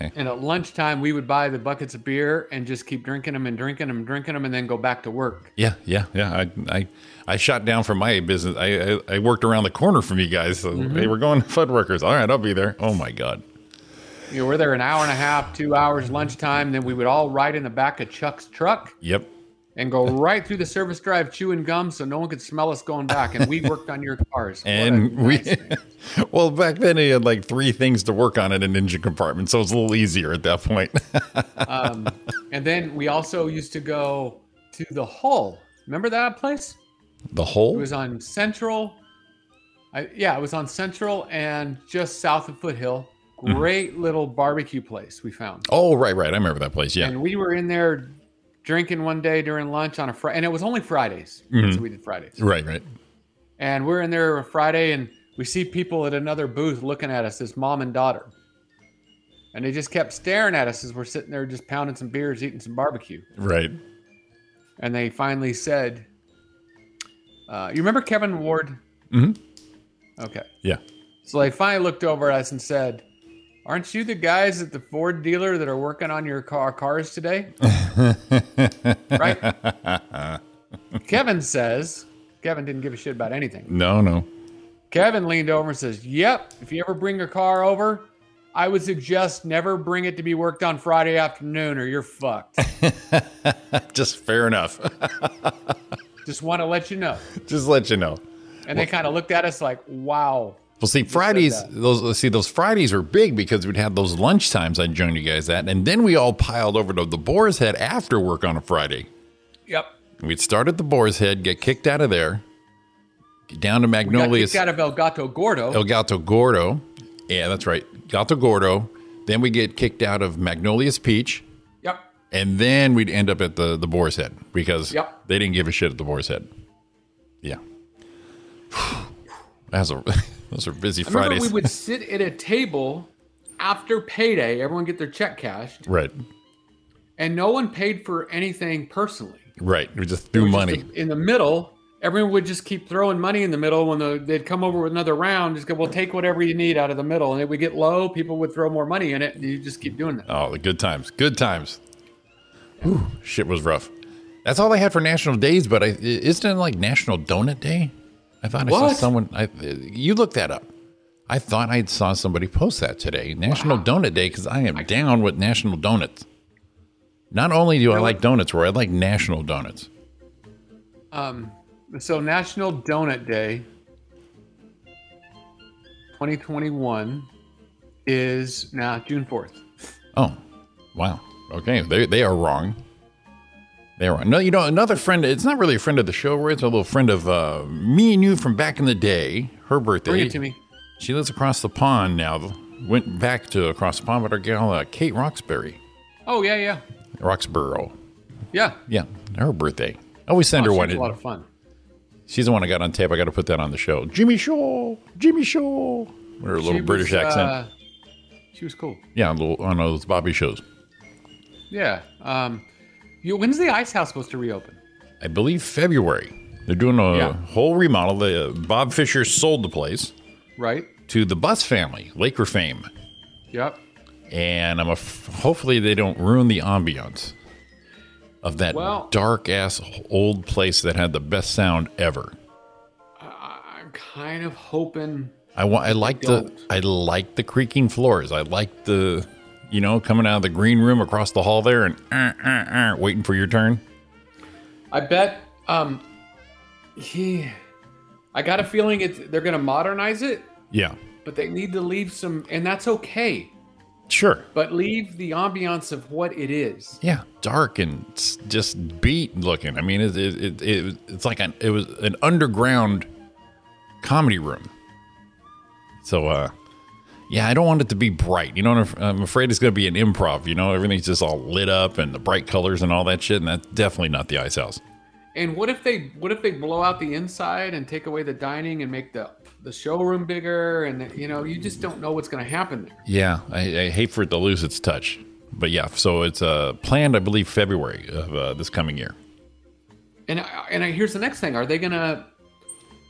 and at lunchtime we would buy the buckets of beer and just keep drinking them and drinking them and drinking them and then go back to work
Yeah, yeah, yeah. I, I, I shot down from my business. I, I, I worked around the corner from you guys. So
Mm-hmm.
they were going to Fuddruckers. All right, I'll be there. Oh my god.
you know, we're there an hour and a half two hours lunchtime then we would all ride in the back of Chuck's truck
Yep.
and go right through the service drive chewing gum so no one could smell us going back. And we worked on your cars. What a
And we,
nice-
well, back then he had like three things to work on in an engine compartment, so it's a little easier at that point.
and then we also used to go to the Hull. Remember that place?
the
It
hole.
was on Central. I, yeah, it was on Central and just south of Foothill.
Hmm.
Great little barbecue place we found.
Oh, right, right. I remember that place. Yeah.
And we were in there drinking one day during lunch on a Friday, and it was only Fridays.
Hmm.
So we did Fridays.
Right, right.
And we're in there a Friday and we see people at another booth looking at us, this mom and daughter. And they just kept staring at us as we're sitting there just pounding some beers, eating some barbecue.
Right.
And they finally said, uh, You remember Kevin Ward?
Mhm.
Okay.
Yeah.
So they finally looked over at us and said, Aren't you the guys at the Ford dealer that are working on your car cars today? right? Kevin says, Kevin didn't give a shit about anything.
No, no.
Kevin leaned over and says, Yep, if you ever bring your car over, I would suggest never bring it to be worked on Friday afternoon or you're fucked.
Just fair enough.
Just want to let you know.
Just let you know.
And they kind of looked at us like, Wow.
Well, see, Fridays,
that.
those see those Fridays were big because we'd have those lunch times I joined you guys at, and then we all piled over to the Boar's Head after work on a Friday.
Yep.
We'd start at the Boar's Head, get kicked out of there, get down to
Got
Magnolia's
kicked out of El Gato Gordo.
El Gato Gordo. Yeah, that's right, Gato Gordo. Then we get kicked out of Magnolia's Peach,
yep.
and then we'd end up at the the Boar's Head because
Yep.
they didn't give a shit at the Boar's Head. Yeah, that's a those are busy
I remember
Fridays.
we would sit at a table after payday, everyone get their check cashed,
right,
and no one paid for anything personally.
right. We just threw
was
money.
just in the middle. Everyone would just keep throwing money in the middle when the, they'd come over with another round. Just go, well, take whatever you need out of the middle, and it would get low. People would throw more money in it, and you just keep doing that.
Oh, the good times. Good times. Whew, shit was rough. That's all they had for national days, but I, i- isn't it like National Donut Day? I thought I saw
What?
someone. I, you look that up. I thought I saw somebody post that today. National Donut Day, because I am down with National Donuts. Not only do I like donuts, Roy, I like National Donuts.
Um, so National Donut Day, 2021, is now June 4th.
Oh, wow. Okay, they, they are wrong. They are wrong. No, you know, another friend, it's not really a friend of the show, Roy. It's a little friend of uh, me and you from back in the day. Her birthday.
Bring it to me.
She lives across the pond now. Went back to across the pond with our gal uh, Kate Roxbury,
Oh yeah, yeah,
Roxborough.
yeah.
Yeah, her birthday. I always send her
Oh,
one.
she's a lot of fun.
She's the one I got on tape. I got to put that on the show. Jimmy Shaw, Jimmy Shaw. With her little
She was,
British accent.
uh, she was cool.
yeah, a little, on those Bobby shows.
Yeah. Um, you, when's the Ice House supposed to reopen?
I believe February. They're doing a
Yeah.
whole remodel. The, uh, Bob Fisher sold the place
Right.
to the Bus family, Laker fame,
Yep.
and I'm a f- hopefully they don't ruin the ambiance of that
Well-
dark ass old place that had the best sound ever.
kind of hoping.
I want. I like the.
don't.
I like the creaking floors. I like the, you know, coming out of the green room across the hall there and uh, uh, uh, waiting for your turn.
I bet. Um, he. I got a feeling it's they're gonna modernize it,
Yeah,
but they need to leave some, and that's okay.
sure.
But leave the ambiance of what it is.
Yeah, dark and s- just beat looking. I mean, it, it, it, it it's like an it was an underground comedy room. So, uh, yeah, I don't want it to be bright. You know, what I'm I'm afraid it's going to be an improv. You know, everything's just all lit up and the bright colors and all that shit. And that's definitely not the ice house.
And what if they what if they blow out the inside and take away the dining and make the the showroom bigger? And the, you know, you just don't know what's gonna happen there.
Yeah, I, I hate for it to lose its touch. But yeah, so it's uh, planned, I believe, February of uh, this coming year.
And I- and I, here's the next thing: Are they gonna,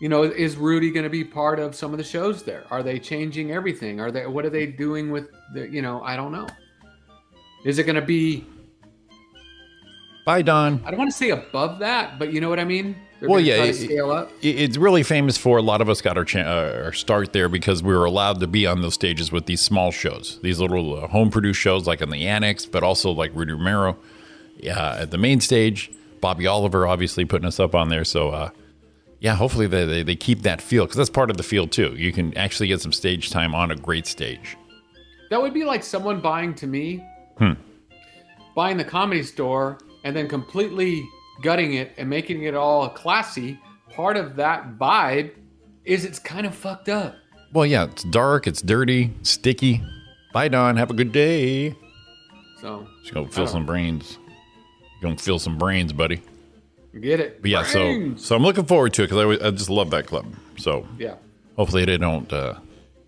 you know, is Rudy gonna be part of some of the shows there? Are they changing everything? Are they what are they doing with the? You know, I don't know. Is it gonna be?
Bye, Don.
I don't want to say above that, but you know what I mean. They're
Well,
gonna
yeah,
try to
it-
scale up.
It- It's really famous for a lot of us got our, chan uh, our start there because we were allowed to be on those stages with these small shows, these little uh, home produced shows like in the Annex, but also like Rudy Romero uh, at the main stage. Bobby Oliver obviously putting us up on there. So, uh, yeah, hopefully they, they, they keep that feel because that's part of the feel too. You can actually get some stage time on a great stage.
That would be like someone buying to me,
Hmm.
buying the comedy store and then completely gutting it and making it all classy. Part of that vibe is it's kind of fucked up.
Well, yeah, it's dark, it's dirty, sticky. Bye, Don. Have a good day.
So
Just gonna
I
fill
don't-
some brains. Gonna fill some brains, buddy.
get it.
But yeah, so
Brains!
so I'm looking forward to it because I, always- I just love that club. So
yeah,
hopefully they don't uh,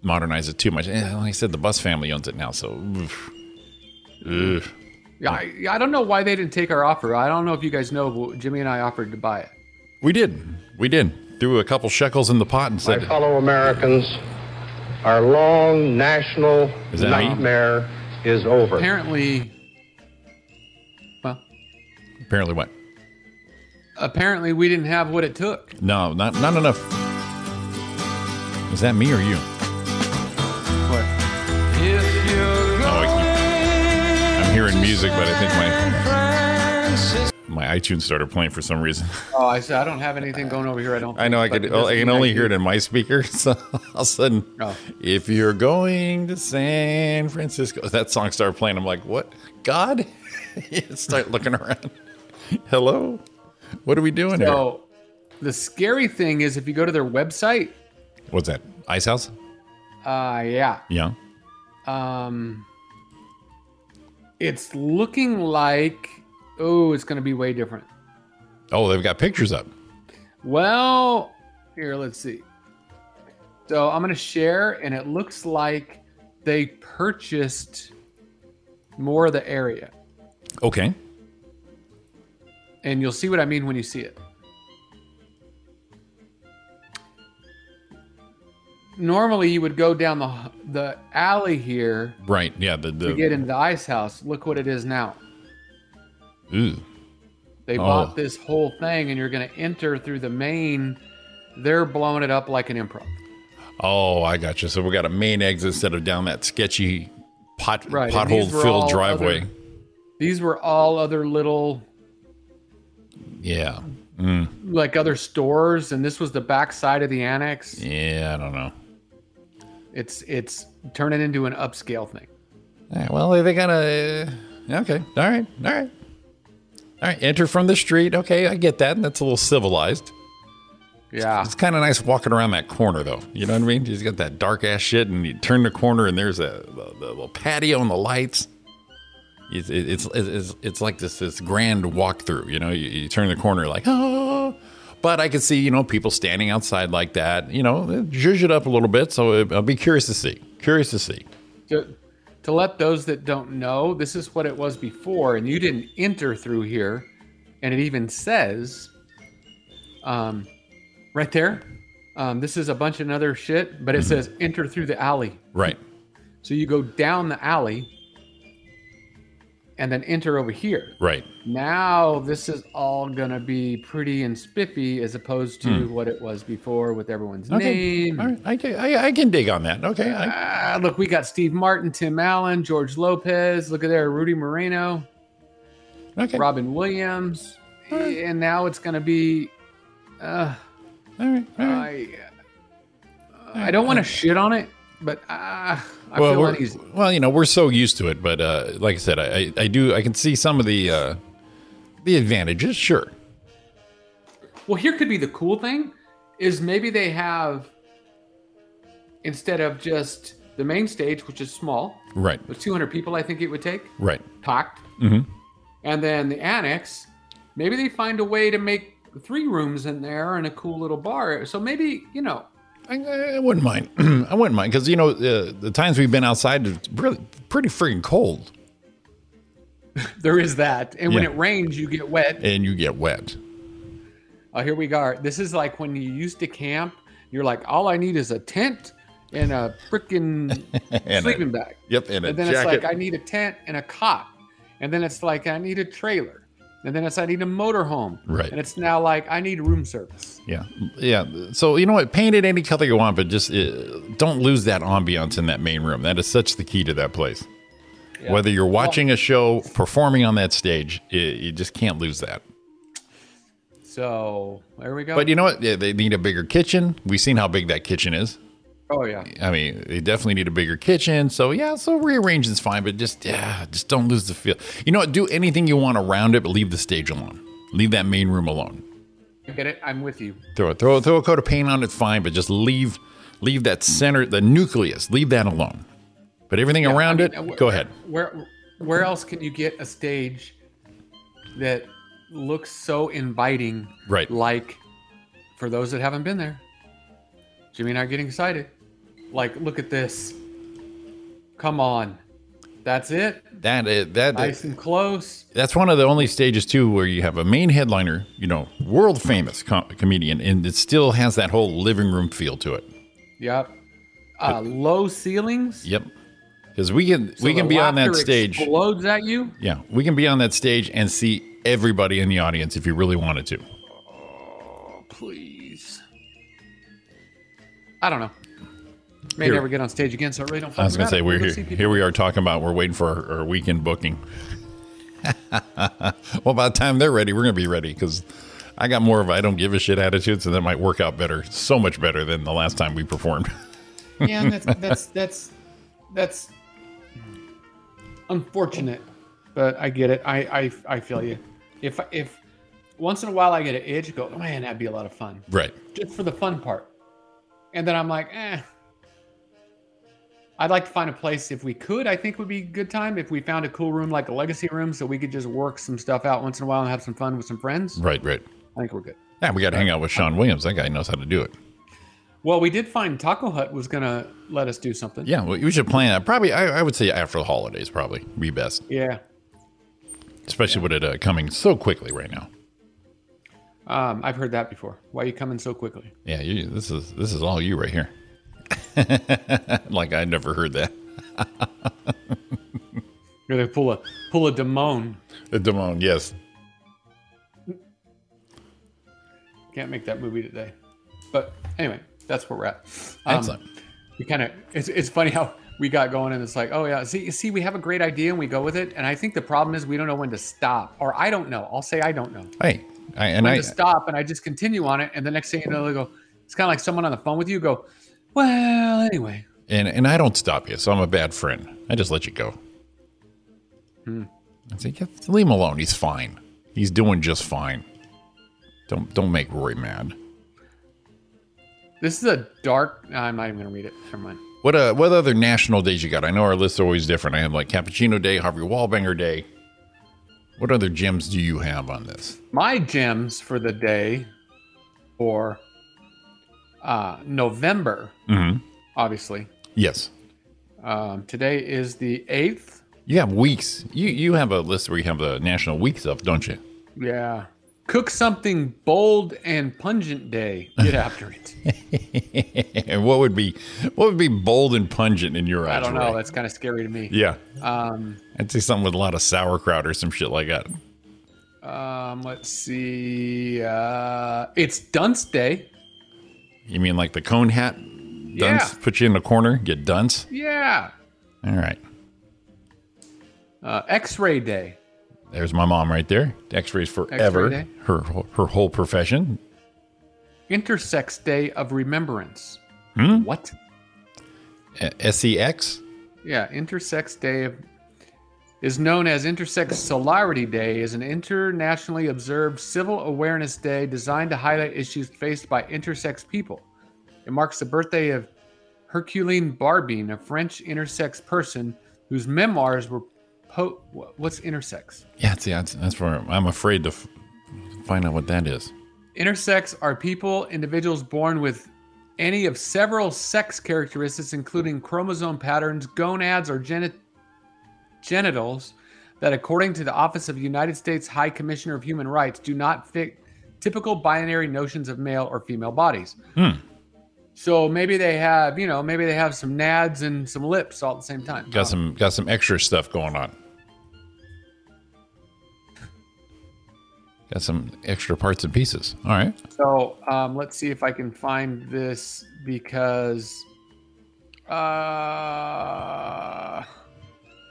modernize it too much. Eh, like I said, the Bus family owns it now, so oof. Ugh.
yeah. I, I don't know why they didn't take our offer. I don't know if you guys know, but Jimmy and I offered to buy it.
we did, we did. Threw a couple shekels in the pot and said,
fellow Americans, our long national
Is that me?
nightmare is over.
Apparently, well,
apparently what?
apparently we didn't have what it took.
No, not not enough. Is that me or you?
But
Oh, I keep- I'm hearing music, but I think my my iTunes started playing for some reason.
oh, I said I don't have anything going over here. I don't.
I know I
think,
could.
but
I
doesn't
can
mean
only
do.
hear it in my speaker. So all of a sudden,
Oh.
if you're going to San Francisco, that song started playing. I'm like, what? God? You Start looking around. Hello, what are we doing here?
So the scary thing is if you go to their website,
What's that? Ice House?
uh yeah.
Yeah.
Um it's looking like oh, it's going to be way different.
Oh, they've got pictures up.
Well, here let's see. So I'm going to share and it looks like they purchased more of the area.
Okay.
And you'll see what I mean when you see it. Normally you would go down the the alley here
Right. Yeah. The the.
to get into the ice house. Look what it is now.
Ooh.
They
Oh.
bought this whole thing, and you're going to enter through the main. They're blowing it up like an improv.
Oh, I got you. So we got a main exit instead of down that sketchy pot
Right, and
pothole
these were all
filled driveway.
other- These were all other little,
Yeah.
like other stores, and this was the back side of the annex.
Yeah. I don't know.
It's it's turning into an upscale thing.
All right, well, they gotta. Uh, okay. All right. All right. All right. Enter from the street. Okay, I get that. That's a little civilized.
Yeah,
It's kind of nice walking around that corner, though. You know what I mean? You just got that dark ass shit, and you turn the corner, and there's a the, the little patio and the lights. It's it's it's, it's, it's like this this grand walkthrough. You know, you, you turn the corner like oh. But I could see, you know, people standing outside like that. You know, zhuzh it up a little bit. So uh, I'll be curious to see. Curious to see.
to, to let those that don't know, this is what it was before, and you didn't enter through here, and it even says, um, right there, um, this is a bunch of other shit, but it says enter through the alley.
Right.
So you go down the alley, and then enter over here.
Right.
Now this is all gonna be pretty and spiffy as opposed to what it was before with everyone's
Hmm. Okay.
name.
All right. I can, I, I can dig on that. Okay. I,
Ah, look, we got Steve Martin, Tim Allen, George Lopez. Look at there, Rudy Moreno,
okay.
Robin Williams, and now it's gonna be. Uh,
All right. All right.
I, uh, I don't want to shit on it, but ah, I
well,
feel
we're,
uneasy.
well, you know, we're so used to it, but uh, like I said, I, I, I do I can see some of the uh, the advantages. Sure.
Well, here could be the cool thing is maybe they have instead of just the main stage, which is small,
Right.
with 200 people, I think it would take
Right.
packed,
Mm-hmm.
and then the annex. Maybe they find a way to make three rooms in there and a cool little bar. So maybe you know,
I, I wouldn't mind. I wouldn't mind because you know uh, the times we've been outside, it's really pretty freaking cold,
there is that. And when
Yeah.
it rains, you get wet.
and you get wet.
Oh, here we go. This is like when you used to camp. You're like, all I need is a tent and a freaking
And
sleeping
a,
bag.
Yep, and, a
and then
jacket.
it's like I need a tent and a cot, and then it's like I need a trailer, and then it's I need a motorhome,
Right.
And it's now like I need room service.
yeah, yeah. So you know what? Paint it any color you want, but just uh, don't lose that ambiance in that main room. That is such the key to that place. Whether you're watching a show, performing on that stage, i you just can't lose that.
So there we go.
But you know what? They, they need a bigger kitchen. We've seen how big that kitchen is.
oh yeah,
I mean, they definitely need a bigger kitchen. So yeah, so rearranging's fine, but just yeah, just don't lose the feel. You know what? Do anything you want around it, but leave the stage alone. Leave that main room alone.
I get it. I'm with you.
Throw it, throw throw a coat of paint on it, fine, but just leave leave that center, the nucleus, leave that alone. But everything around
I mean,
it,
uh, where-
go ahead.
Where where else can you get a stage that looks so inviting?
Right.
Like for those that haven't been there, Jimmy and I are getting excited. Like, look at this. Come on, that's it.
That is, that uh,
Nice and close.
that's one of the only stages too where you have a main headliner, you know, world famous com- comedian, and it still has that whole living room feel to it.
Yep. Uh, low ceilings.
Yep. Because we can
so
we can
the
be on that
laughter
stage.
Explodes at you.
Yeah, we can be on that stage and see everybody in the audience if you really wanted to.
Please. I don't know. May
Here.
never get on stage again, so I really don't.
I was
fucking matter.
gonna say we're
We'll
here.
go see people.
Here we are talking about we're waiting for our, our weekend booking. well, by the time they're ready, we're gonna be ready because I got more of a I don't give a shit attitude, so that might work out better, so much better than the last time we performed.
Yeah, and that's that's that's that's unfortunate, but I get it. I I, I feel you. If if once in a while I get an itch, I go man, that'd be a lot of fun,
right.
just for the fun part, and then I'm like, eh. I'd like to find a place if we could. I think would be a good time if we found a cool room like a legacy room, so we could just work some stuff out once in a while and have some fun with some friends.
Right. Right.
I think we're good.
Yeah, we got to hang out with Sean Williams. That guy knows how to do it.
Well, we did find Taco Hut was gonna let us do something.
Yeah, well, we should plan that. Probably, I, I would say after the holidays, probably be best,
Yeah.
especially with it uh, coming so quickly right now.
Um, I've heard that before. Why are you coming so quickly?
Yeah, you, this is this is all you right here. like I never heard that.
You're gonna pull a pull a Damone.
Uh, Damone, yes.
Can't make that movie today. But anyway, that's where we're at. Um,
Excellent.
We kind of it's it's funny how we got going and it's like, oh yeah, see see we have a great idea and we go with it. And I think the problem is we don't know when to stop, or I don't know. I'll say I don't know
hey, I, and
when
I
to stop, and I just continue on it. And the next thing you know, they go. It's kind of like someone on the phone with you go, well, anyway.
and, and I don't stop you, so I'm a bad friend. I just let you go.
Hmm.
I say, yeah, leave him alone. He's fine. He's doing just fine. Don't don't make Rory mad.
This is a dark. I'm not even gonna read it. Never mind.
What uh, what other national days you got? I know our list's always different. I have like Cappuccino Day, Harvey Wallbanger Day. What other gems do you have on this?
my gems for the day for uh, November,
Mhm.
obviously.
Yes.
Um, today is the 8th.
You have weeks. You you have a list where you have the national weeks up, don't you?
Yeah. Cook something bold and pungent day. Get after it.
and what would be what would be bold and pungent in your eyes?
I don't know.
Ray?
That's kind of scary to me.
yeah,
Um,
I'd say something with a lot of sauerkraut or some shit like that.
um, let's see. Uh, it's dunce day.
You mean like the cone hat? Dunce,
Yeah.
put you in the corner, get dunce.
Yeah.
All right,
Uh, X-ray day.
there's my mom right there. X-rays forever.
day.
her her whole profession.
Intersex day of remembrance.
Hmm?
What?
S E X.
Yeah, Intersex Day of, is known as Intersex Solarity Day, is an internationally observed civil awareness day designed to highlight issues faced by intersex people. It marks the birthday of Herculine Barbine, a French intersex person whose memoirs were po- wha- what's intersex?
Yeah, see, that's, that's where I'm afraid to f- find out what that is.
Intersex are people, individuals born with any of several sex characteristics, including chromosome patterns, gonads, or geni- genitals, that, according to the Office of United States High Commissioner of Human Rights, do not fit typical binary notions of male or female bodies.
Hmm.
So maybe they have, you know, maybe they have some nads and some lips all at the same time.
Got some got some extra stuff going on. Got some extra parts and pieces. All right.
So um, let's see if I can find this because uh,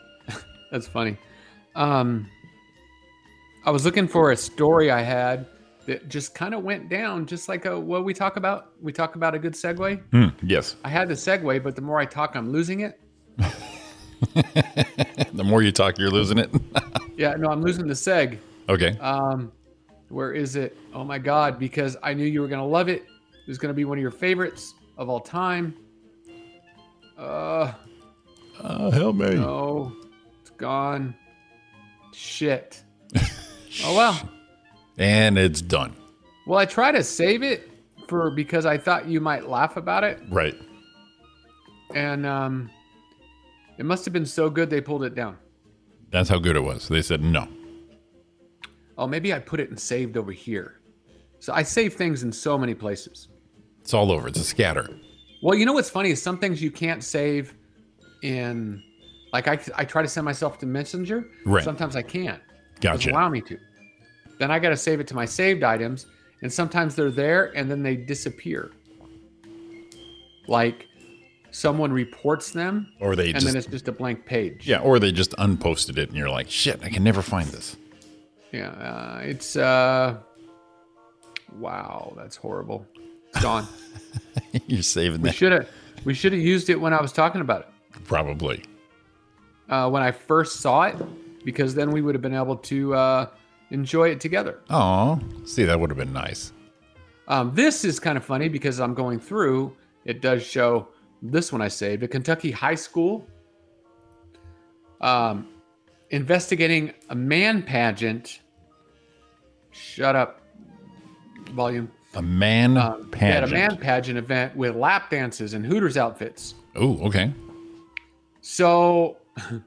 that's funny. Um, I was looking for a story I had that just kind of went down, just like a, what we talk about. We talk about a good segue.
Hmm, yes.
I had the segue, but the more I talk, I'm losing it.
the more you talk, you're losing it.
Yeah, no, I'm losing the seg.
okay.
Um, where is it? Oh my God, because I knew you were going to love it. It was going to be one of your favorites of all time. Uh,
Uh, help me.
Oh, no, it's gone. Shit. oh well.
And it's done.
Well, I try to save it for because I thought you might laugh about it,
Right.
and um, it must have been so good they pulled it down.
That's how good it was. They said no.
Oh, maybe I put it in saved over here. So I save things in so many places.
It's all over. It's a scatter.
Well, you know what's funny is some things you can't save in, like I, I try to send myself to Messenger.
Right.
Sometimes I can't. Doesn't
Gotcha.
allow me to. Then I got to save it to my saved items, and sometimes they're there and then they disappear. Like someone reports them,
Or they
and
just
then it's just a blank page.
yeah. Or they just unposted it, and you're like, shit, I can never find this.
Yeah. Uh, it's uh. Wow, that's horrible. It's gone.
you're saving
we
that
should have. We should have used it when I was talking about it.
probably.
uh, when I first saw it, because then we would have been able to uh, enjoy it together.
Oh, see, that would have been nice.
Um, this is kind of funny because I'm going through. It does show this one I saved a Kentucky high school um, investigating a man pageant. Shut up, volume.
A man
Um, they had a
pageant.
man pageant event with lap dances and Hooters outfits.
Oh, okay.
So,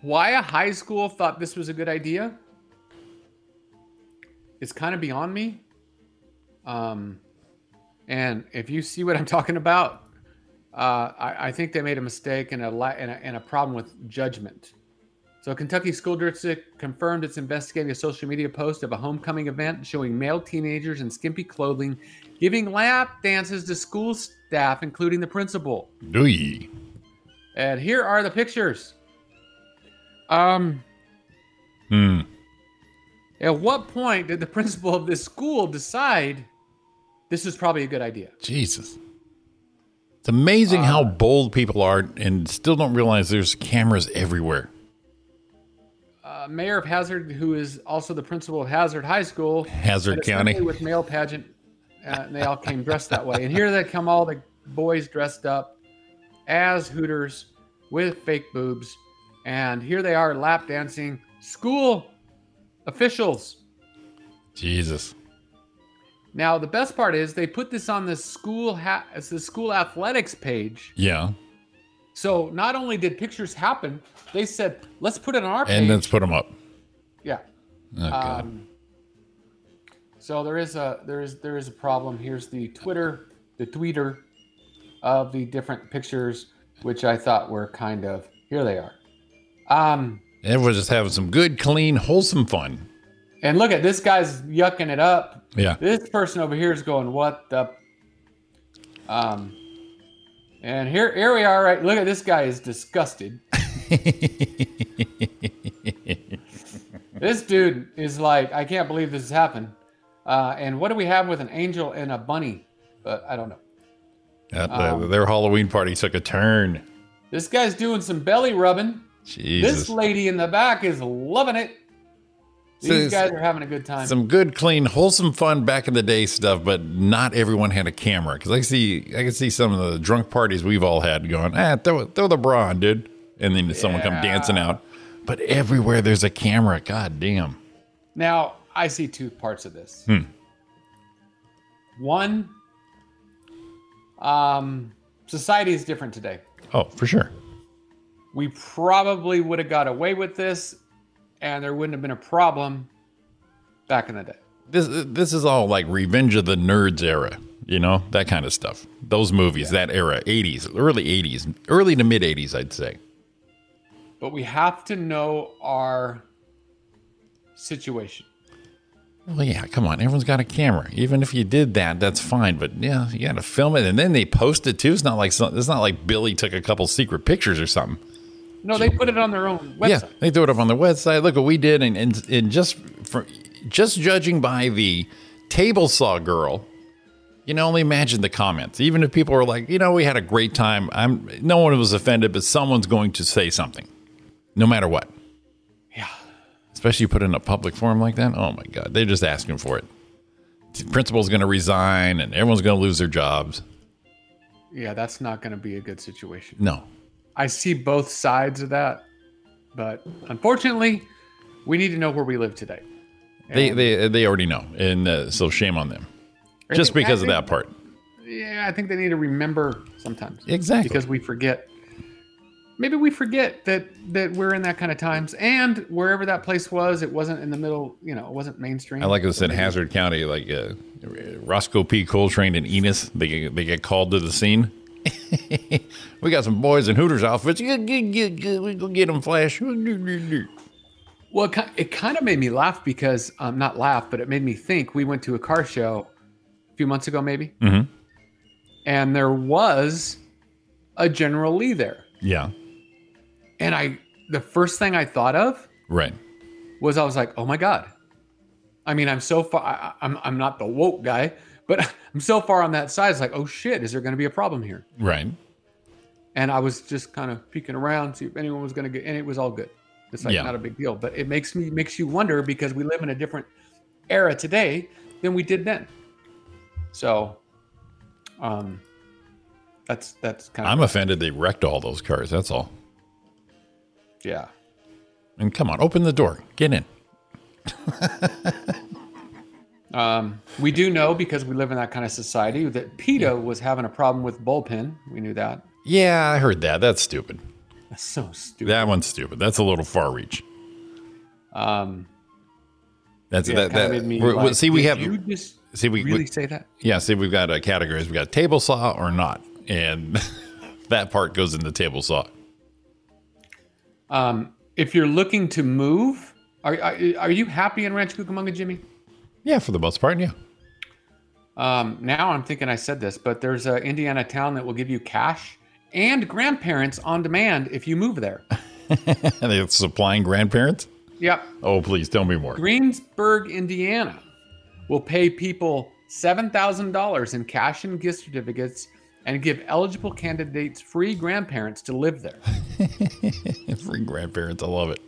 why a high school thought this was a good idea? It's kind of beyond me. Um, and if you see what I'm talking about, uh, I, I think they made a mistake and a, la- and a and a problem with judgment. So, Kentucky School District confirmed it's investigating a social media post of a homecoming event showing male teenagers in skimpy clothing giving lap dances to school staff, including the principal.
Do ye?
And here are the pictures. Um,
Hmm.
at what point did the principal of this school decide this is probably a good idea?
Jesus. It's amazing how
Uh,
bold people are and still don't realize there's cameras everywhere.
Uh, Mayor of Hazard, who is also the principal of Hazard High School,
Hazard
had a
County.
Sunday with male pageant, uh, and they all came dressed that way. And here they come, all the boys dressed up as Hooters with fake boobs, and here they are lap dancing school officials.
Jesus.
Now the best part is they put this on the school ha- it's the school athletics page.
Yeah.
So not only did pictures happen, they said let's put it on our page.
And let's put them up.
yeah,
Oh, God.
Um, so there is a there is there is a problem. Here's the Twitter, the tweeter of the different pictures, which I thought were kind of here they are. Um,
Everyone's just having some good, clean, wholesome fun.
and look at this guy's yucking it up.
Yeah.
This person over here is going, what the? Um, and here here we are. Right, look at this guy is disgusted. this dude is like, I can't believe this has happened. Uh, and what do we have with an angel and a bunny? But I don't know.
That- that- their Halloween party took a turn.
This guy's doing some belly rubbing.
Jesus.
This lady in the back is loving it.
So
These
it's-
guys are having a good time.
some good, clean, wholesome fun back in the day stuff, but not everyone had a camera because I see I can see some of the drunk parties we've all had going. Ah, throw throw the bra on, dude, and then someone come dancing out. But everywhere there's a camera. God damn.
Now, I see two parts of this.
Hmm.
One, um, society is different today.
Oh, for sure.
We probably would have got away with this and there wouldn't have been a problem back in the day.
This this is all like Revenge of the Nerds era, you know that kind of stuff. Those movies, that era, eighties, early eighties, early to mid eighties, I'd say.
But we have to know our situation.
Well, yeah, come on. Everyone's got a camera. Even if you did that, that's fine. But yeah, you got to film it, and then they post it too. It's not like some, it's not like Billy took a couple secret pictures or something.
No, they put it on their own website.
Yeah, they threw it up on the website. Look what we did, and and, and just for, just judging by the table saw girl, you can only imagine the comments. Even if people were like, you know, we had a great time. I'm no one was offended, but someone's going to say something, no matter what. Yeah, especially you put it in a public forum like that. Oh my God, they're just asking for it. The principal's going to resign, and everyone's going to lose their jobs.
yeah that's not going to be a good situation.
No,
I see both sides of that, but unfortunately, we need to know where we live today.
they they they already know, and uh, so shame on them.
I
Just
think- I
because of
think-
that part.
Yeah, I think they need to remember sometimes.
Exactly.
Because we forget. Maybe we forget that that we're in that kind of times, and wherever that place was, it wasn't in the middle. You know, it wasn't mainstream.
I like this in Hazard County, like uh, Roscoe P. Coltrane and Enos, they get, they get called to the scene. we got some boys in Hooters outfits. Yeah, yeah, yeah, yeah, We go get them flash. Yeah,
Well, it ki- it kind of made me laugh because um, not laugh, but it made me think. We went to a car show a few months ago, maybe,
Mhm.
and there was a General Lee there, and I the first thing I thought of
right.
was I was like, oh my god. I mean, I'm so far. I, I- I'm I'm not the woke guy, but I'm so far on that side. It's like, oh shit, is there going to be a problem here?
Right.
And I was just kind of peeking around, see if anyone was going to get, and it was all good. It's like
Yeah.
not a big deal, but it makes me makes you wonder because we live in a different era today than we did then. So, um, that's that's kind of
I'm offended they wrecked all those cars. That's all.
yeah.
And come on, open the door. Get in.
Um, we do know because we live in that kind of society that PETA was having a problem with bullpen. We knew that.
Yeah, I heard that. That's stupid.
That's so stupid.
That one's stupid. That's a little far reach.
Um,
That's
yeah,
that.
kinda
that
made me
we're- we're-
like,
see, we
did
have
You just
see, we- we-
really say that.
Yeah, see, we've got uh, categories. We've got table saw or not. And that part goes in the table saw.
Um, if you're looking to move, are are, are you happy in Ranch Cucamonga, Jimmy?
Yeah, for the most part, yeah.
Um, now I'm thinking I said this, but there's a Indiana town that will give you cash and grandparents on demand if you move there.
And they're supplying grandparents?
yep,
Oh, please tell me more.
Greensburg, Indiana will pay people $7,000 in cash and gift certificates and give eligible candidates free grandparents to live there.
Free grandparents, I love it.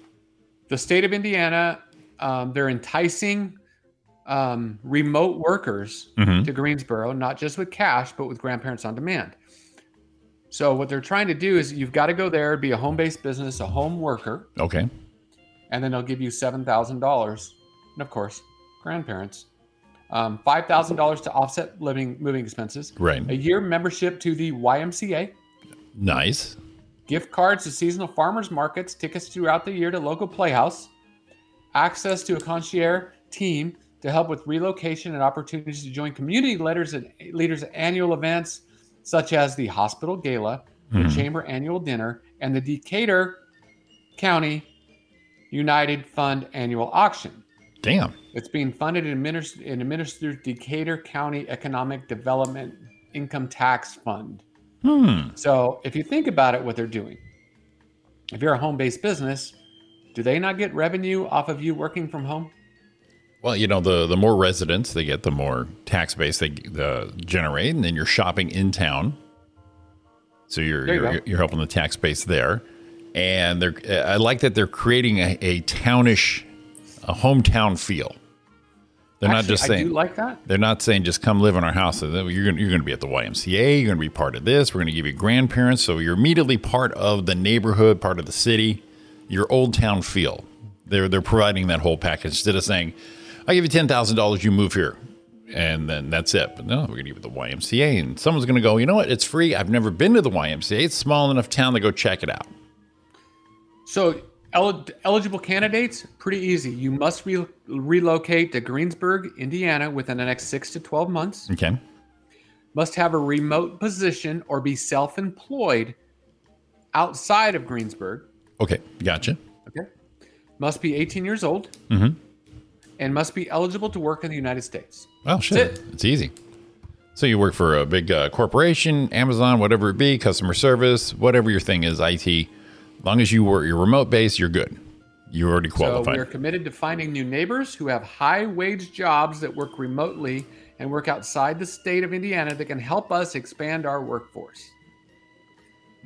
The state of Indiana, um, they're enticing um, remote workers to Greensboro, not just with cash, but with grandparents on demand. So, what they're trying to do is you've got to go there, be a home based business, a home worker,
Okay.
and then they'll give you seven thousand dollars, and of course, grandparents, um, five thousand dollars to offset living moving expenses,
Right.
a year membership to the YMCA,
Nice.
gift cards to seasonal farmers markets, tickets throughout the year to local playhouse, access to a concierge team to help with relocation and opportunities to join community leaders and leaders at annual events such as the hospital gala, the chamber annual dinner, and the Decatur County United Fund annual auction.
Damn.
It's being funded and administered, and administered through Decatur County Economic Development Income Tax Fund.
Hmm.
So if you think about it, what they're doing, if you're a home based business, do they not get revenue off of you working from home?
Well, you know, the the more residents they get, the more tax base they uh, generate, and then you're shopping in town. So you're
There you
you're,
go.
you're helping the tax base there, and they're uh, I like that they're creating a, a townish, a hometown feel. They're not
Actually,
just saying
I do like that.
they're not saying just come live in our house. You're going you're going to be at the YMCA. You're going to be part of this. We're going to give you grandparents, so you're immediately part of the neighborhood, part of the city, your old town feel. They're they're providing that whole package instead of saying, "I give you ten thousand dollars, you move here." And then that's it. But no, we're going to give it the YMCA, and someone's going to go. You know what? It's free. I've never been to the YMCA. It's a small enough town to go check it out.
So el- eligible candidates, pretty easy. You must re- relocate to Greensburg, Indiana within the next six to 12 months,
Okay.
must have a remote position or be self employed outside of Greensburg,
Okay. Gotcha.
okay? Must be 18 years old
Mm-hmm.
and must be eligible to work in the United States.
Oh shit,
it.
it's easy. So you work for a big uh, corporation, Amazon, whatever it be, customer service, whatever your thing is, IT. As long as you work your remote base, you're good. You already
So we
qualified.
are committed to finding new neighbors who have high wage jobs that work remotely and work outside the state of Indiana that can help us expand our workforce.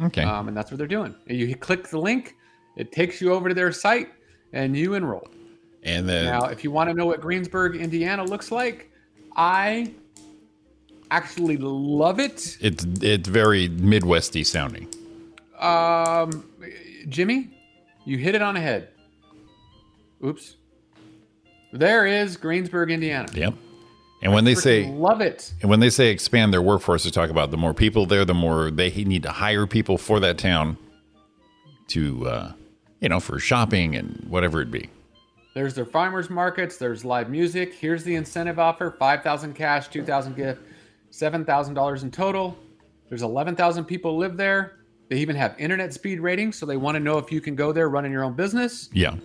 okay.
Um, and that's what they're doing. You click the link, it takes you over to their site, and you enroll.
and then
Now, if you want to know what Greensburg, Indiana looks like, I actually love it.
it's it's very Midwesty sounding.
Um, Jimmy, you hit it on the head. Oops. There is Greensburg, Indiana.
Yep. And when they say
Freaking love it.
and when they say expand their workforce, they talk about the more people there, the more they need to hire people for that town to, uh, you know, for shopping and whatever it be.
There's their farmers markets. There's live music. Here's the incentive offer: five thousand cash, two thousand gift, seven thousand dollars in total. There's eleven thousand people live there. They even have internet speed ratings, so they want to know if you can go there running your own business.
Yeah.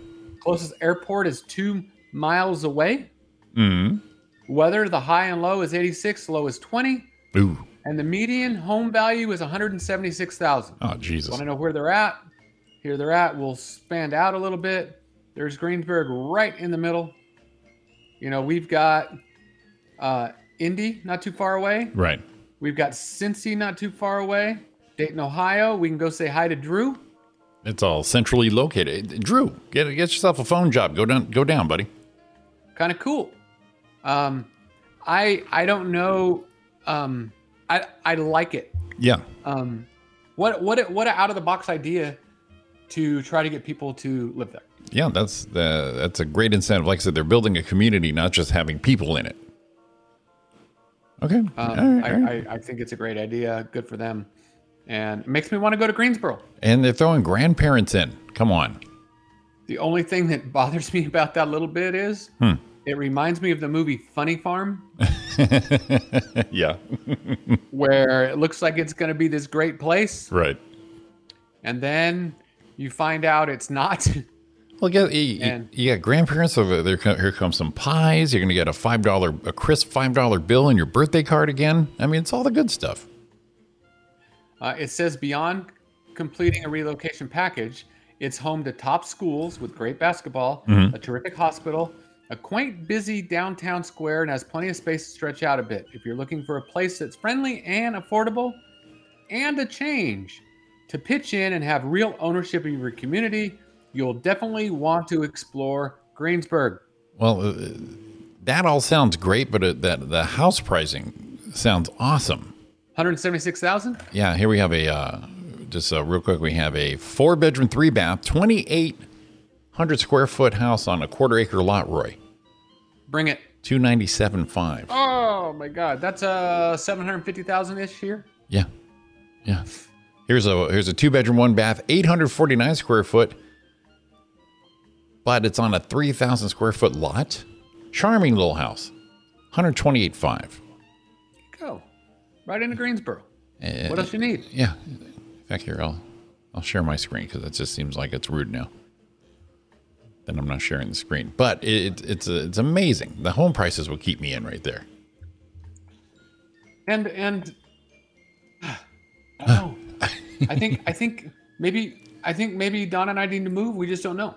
Closest airport is two miles away.
Mm-hmm.
Mm. Weather: the high and low is 86, low is 20,
Ooh.
and the median home value is 176,000.
Oh Jesus.
Want to know where they're at? Here they're at. We'll expand out a little bit. There's Greensburg right in the middle. You know, we've got uh, Indy not too far away.
Right.
We've got Cincy not too far away. Dayton, Ohio. We can go say hi to Drew.
It's all centrally located. Drew, get get yourself a phone job. Go down, go down, buddy.
Kind of cool. Um, I I don't know. Um, I I like it.
Yeah,
Um, what what a- what a out of the box idea to try to get people to live there.
yeah. That's the that's a great incentive. Like I said, they're building a community, not just having people in it. Okay.
Um,
All right, all right.
I, I, I think it's a great idea. Good for them. And it makes me want to go to Greensboro.
and they're throwing grandparents in. Come on.
The only thing that bothers me about that little bit is it reminds me of the movie Funny Farm,
yeah.
where it looks like it's going to be this great place.
Right.
And then you find out it's not.
Well, get you, you,
And-
you got grandparents over there. co- Here comes some pies. You're gonna get a five dollar, a crisp five dollar bill in your birthday card again. I mean, it's all the good stuff.
Uh, it says beyond completing a relocation package, it's home to top schools with great basketball, a terrific hospital, a quaint, busy downtown square, and has plenty of space to stretch out a bit. If you're looking for a place that's friendly and affordable and a change to pitch in and have real ownership of your community, you'll definitely want to explore Greensburg.
Well, uh, that all sounds great, but it, that the house pricing sounds awesome.
176,000?
Yeah, here we have a uh, just uh, real quick. We have a four bedroom, three bath, twenty eight hundred square foot house on a quarter acre lot. Roy
Bring it.
two ninety seven five.
Oh my God. That's uh, 750,000 ish here.
Yeah, yeah. Here's a here's a two bedroom, one bath, eight hundred forty nine square foot, but it's on a 3,000 square foot lot. Charming little house, 128.5.
Go. Right into Greensboro.
Uh,
What else you need?
Yeah. In fact, here I'll I'll share my screen because it just seems like it's rude now. Then I'm not sharing the screen, but it, it's it's amazing. The home prices will keep me in right there.
And and I don't know. I think I think maybe I think maybe Don and I need to move. We just don't know.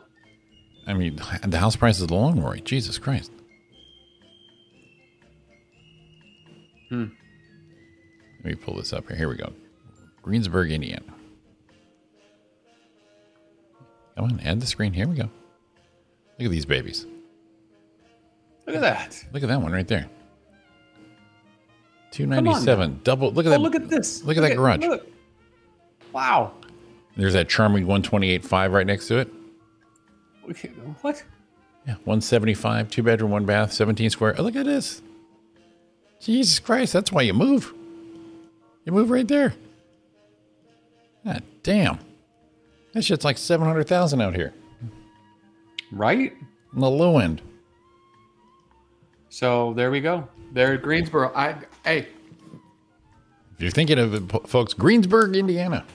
I mean, the house prices alone, Roy. Jesus Christ. Hmm. Let me pull this up here. Here we go. Greensburg, Indiana. Come on, add the screen. Here we go. Look at these babies.
Look at that.
Look at that one right there. Two
on
ninety seven. Double. Look at
Oh,
that.
look at this.
Look at that garage.
look. Wow.
There's that charming one twenty eight five right next to it.
We can't- What?
Yeah, one seventy five, two bedroom, one bath, seventeen square. Oh, look at this. Jesus Christ, that's why you move. You move right there. God damn. That shit's like seven hundred thousand out here
Right?
on the low end.
So there we go. There at Greensboro. I hey,
If you're thinking of it, po- folks, Greensburg, Indiana.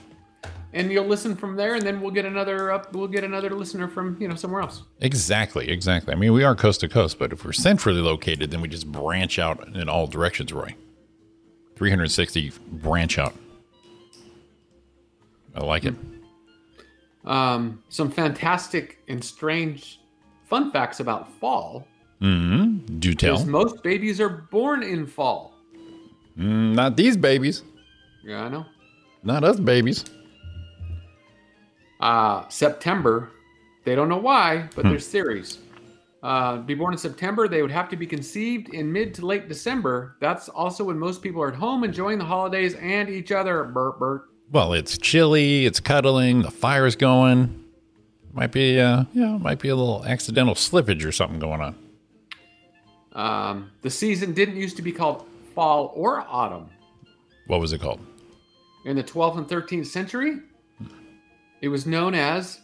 and you'll listen from there, and then we'll get another up. We'll get another listener from you know somewhere else.
Exactly, exactly. I mean, we are coast to coast, but if we're centrally located, then we just branch out in all directions, Roy. 360 branch out. I like it.
Um, some fantastic and strange fun facts about fall.
Mm-hmm. Do tell.
Is most babies are born in fall.
Mm, not these babies.
Yeah, I know.
Not us babies.
Uh, September. They don't know why, but there's theories. Uh, be born in September, they would have to be conceived in mid to late December. That's also when most people are at home enjoying the holidays and each other. Burp, burp.
Well, it's chilly. It's cuddling. The fire's going. Might be, uh, yeah, might be a little accidental slippage or something going on.
Um, the season didn't used to be called fall or autumn.
What was it called?
In the 12th and 13th century, it was known as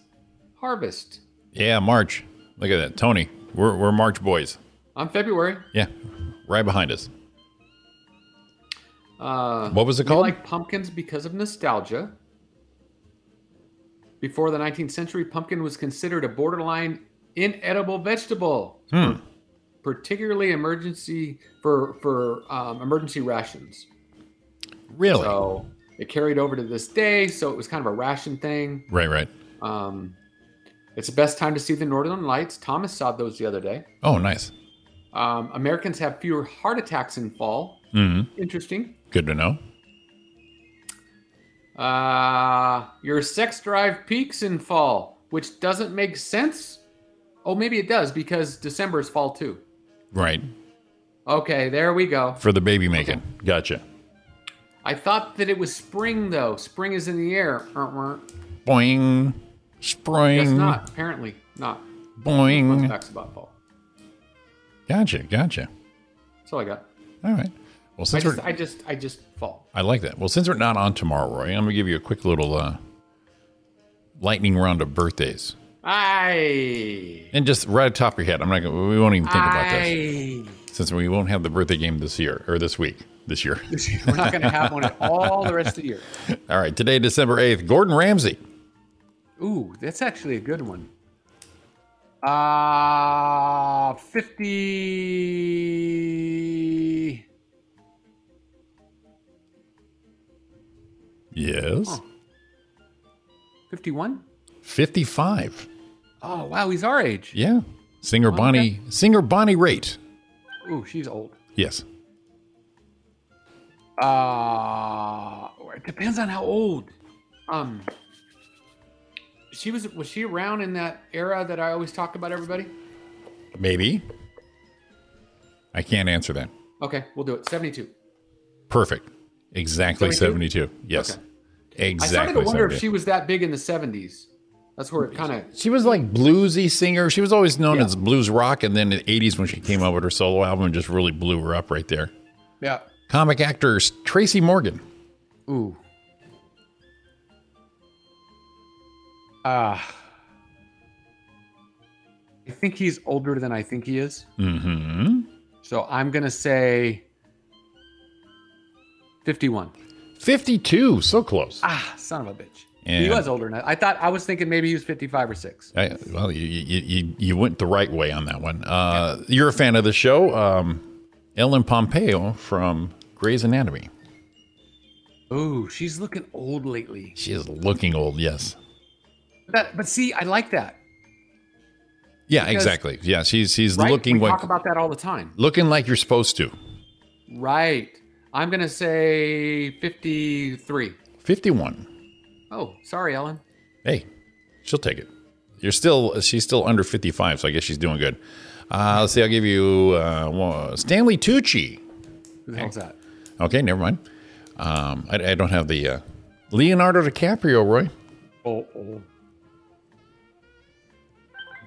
harvest.
Yeah, March. Look at that, Tony. We're we're March boys.
On February,
Yeah, right behind us.
uh,
What was it
we
called?
like pumpkins because of nostalgia. Before the 19th century, pumpkin was considered a borderline inedible vegetable,
Hmm.
particularly emergency for for um, emergency rations.
Really?
So it carried over to this day. So it was kind of a ration thing.
Right, right.
Um, it's the best time to see the northern lights. Thomas saw those the other day.
Oh, nice.
Um, Americans have fewer heart attacks in fall.
hmm
Interesting.
Good to know.
Uh, your sex drive peaks in fall, which doesn't make sense. Oh, maybe it does because December is fall too.
Right.
Okay, there we go.
For the baby making. Gotcha.
I thought that it was spring though. Spring is in the air. Uh-uh.
Boing. Spring.
Guess not. Apparently not. Fun
Boing.
facts about fall.
Gotcha. Gotcha.
That's all I got.
All right. Well,
I
since
just,
we're,
I just, I just fall.
I like that. Well, since we're not on tomorrow, Roy, I'm gonna give you a quick little uh, lightning round of birthdays,
I.
and just right off the top of your head, I'm not. Gonna, we won't even think about this
I.
since we won't have the birthday game this year or this week. This year.
We're not going to have one at all the rest of the year.
All right. Today, December 8th, Gordon Ramsay.
Ooh, that's actually a good one. Uh 50
Yes.
51?
55.
Oh, wow, he's our age.
Yeah. Singer Bonnie singer Bonnie Raitt.
Ooh, she's old.
Yes.
Uh it depends on how old. Um she was was she around in that era that I always talk about everybody?
Maybe. I can't answer that.
Okay, we'll do it. 72.
Perfect. Exactly 72.
72?
Yes.
Okay. I
Exactly.
started to wonder if
72.
she was that big in the 70s. That's where it kind of
She was like bluesy singer. She was always known
Yeah.
as blues rock and then in the 80s when she came out with her solo album just really blew her up right there.
Yeah.
Comic actor Tracy Morgan.
Ooh. Ah. I think he's older than I think he is.
Mm-hmm.
So I'm going to say 51.
52. So close.
Ah, son of a bitch. He
And-
was older than I I thought. I was thinking maybe he was 55 or 6.
I, well, you, you, you, you went the right way on that one. Uh, You're a fan of the show. Um, Ellen Pompeo from Grey's Anatomy.
Oh, she's looking old lately.
She is looking old. Yes.
That, but see, I like that.
Yeah,
Because-
exactly. Yeah, she's she's
Right?
looking
we
what,
talk about that all the time.
looking like you're supposed to.
Right. I'm going to say 53.
51.
Oh, sorry, Ellen.
Hey, she'll take it. You're still she's still under 55, so I guess she's doing good. Uh, let's see. I'll give you uh, one- Stanley Tucci.
Who the hell's that?
Okay, never mind. Um, I, I don't have the uh, Leonardo DiCaprio. Roy,
Oh, oh.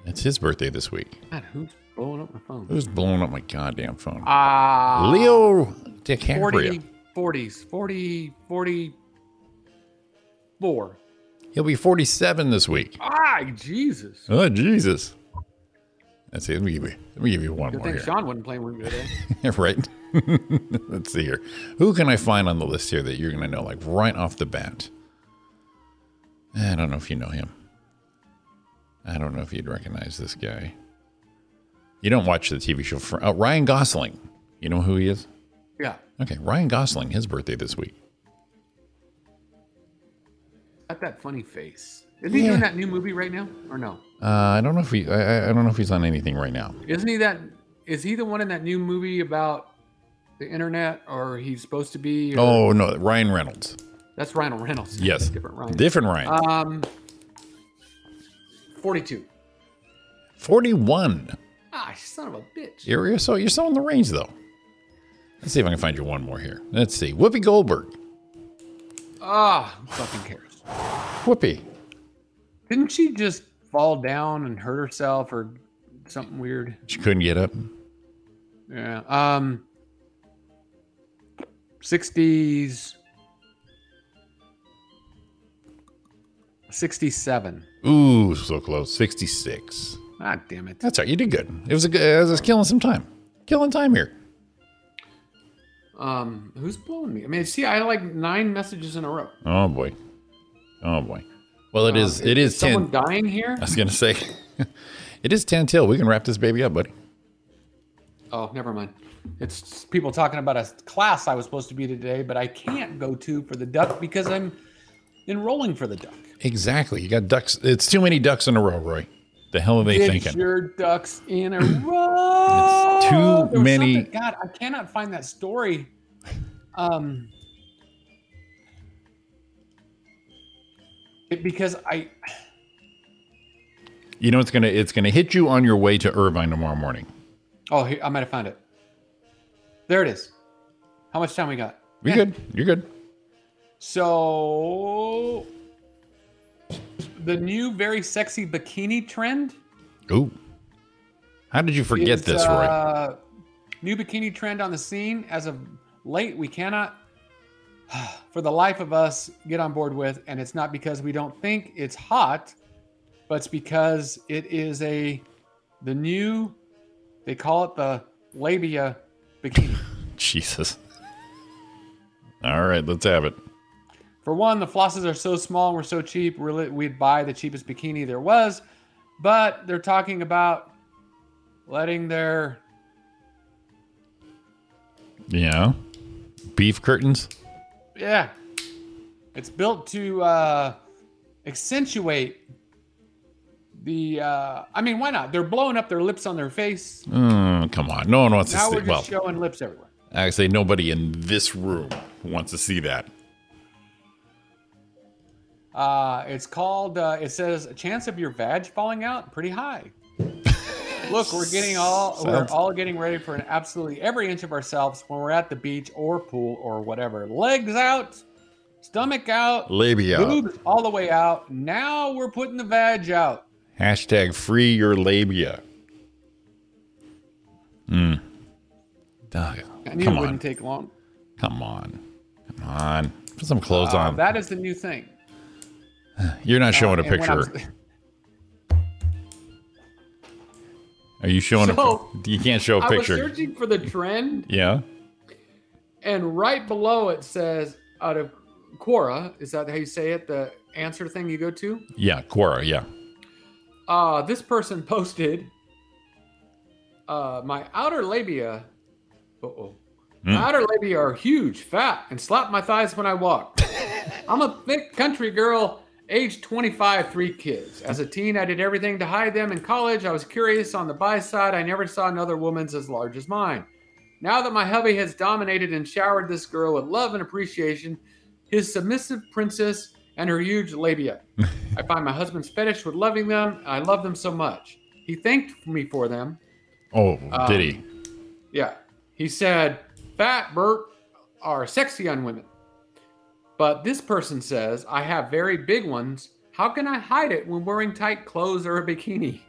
it's his birthday this week.
God, who's blowing up my phone?
Who's blowing up my goddamn phone?
Ah,
Leo DiCaprio.
40, 40s, 40, 44.
He'll be 47 this week.
Ah, Jesus.
Oh Jesus. Let's see. Let me give you. Let me give you one
Good
more
thing
here.
Sean wasn't playing with me today.
Yeah, right. Let's see here. Who can I find on the list here that you're going to know, like right off the bat? Eh, I don't know if you know him. I don't know if you'd recognize this guy. You don't watch the TV show. Fr- oh, Ryan Gosling. You know who he is?
Yeah.
Okay, Ryan Gosling. His birthday this week.
Got that funny face. Isn't he
Yeah.
doing that new movie right now? Or no?
Uh, I don't know if he. I, I- I don't know if he's on anything right now.
Isn't he that? Is he the one in that new movie about the internet or he's supposed to be? or-
Oh no, Ryan Reynolds.
That's Ryan Reynolds.
Yes,
Different Ryan.
Different Ryan.
um, 42.
Forty-one.
Ah, son of a bitch.
You're, you're so you're so in the range though. Let's see if I can find you one more here. Let's see. Whoopi Goldberg.
Ah, who fucking cares.
Whoopi.
Didn't she just fall down and hurt herself or something weird?
She couldn't get up.
Yeah. Um. 60s. 67.
Ooh, so close. 66.
Ah, damn it.
That's all right. You did good. It was a good. I was killing some time. Killing time here.
Um, who's blowing me? I mean, see, I had like nine messages in a row.
Oh boy. Oh boy. Well, it is. It is
Someone
ten.
dying here?
I was gonna say, it is ten till. We can wrap this baby up, buddy.
Oh, never mind. It's people talking about a class I was supposed to be today, but I can't go to for the duck because I'm enrolling for the duck.
Exactly. You got ducks. It's too many ducks in a row, Roy. The hell are they
Get
thinking?
your ducks in a row.
It's too
There was
many-
something- God, I cannot find that story. Um, it- because I
You know it's gonna. It's gonna hit you on your way to Irvine tomorrow morning.
oh here, I might have found it. There it is. How much time we got?
We good. You're good.
So the new very sexy bikini trend.
Ooh. How did you forget
is,
this, Roy?
uh, new bikini trend on the scene as of late. We cannot, for the life of us, get on board with, and it's not because we don't think it's hot, but it's because it is a the new. They call it the labia bikini.
Jesus. All right, let's have it.
For one, the flosses are so small and were so cheap, really, we'd buy the cheapest bikini there was. But they're talking about letting their
Yeah. Beef curtains.
yeah, it's built to uh, accentuate the. Uh, I mean, why not? They're blowing up their lips on their face.
Mm, come on. No one wants to
now
see.
we're
Well,
just showing lips everywhere.
I say nobody in this room wants to see that.
Uh, it's called. Uh, it says a chance of your vag falling out pretty high. Look, we're getting all we're
Sounds-
all getting ready for an absolutely every inch of ourselves when we're at the beach or pool or whatever. Legs out, stomach out,
Labia.
boobs all the way out. Now we're putting the vag out.
Hashtag free your labia. Mm. Ugh,
I knew
come
it
on.
wouldn't take long.
come on. Come on. Put some clothes
Uh,
on.
that is the new thing.
You're not showing a
And when I'm-
picture. Are you showing
So,
a? You can't show a
I was
picture.
searching for the trend,
yeah.
and right below it says out of Quora. Is that how you say it? The answer thing you go to?
Yeah. Quora. Yeah.
Uh, this person posted uh, my outer labia. Uh oh. My outer labia are huge, fat, and slap my thighs when I walk. I'm a thick country girl, age 25, three kids. As a teen, I did everything to hide them. In college, I was curious on the buy side. I never saw another woman's as large as mine. Now that my hubby has dominated and showered this girl with love and appreciation, his submissive princess and her huge labia. I find my husband's fetish with loving them. I love them so much. He thanked me for them.
Oh, did he?
Yeah. He said, Fat Bert are sexy on women. But this person says, I have very big ones. How can I hide it when wearing tight clothes or a bikini?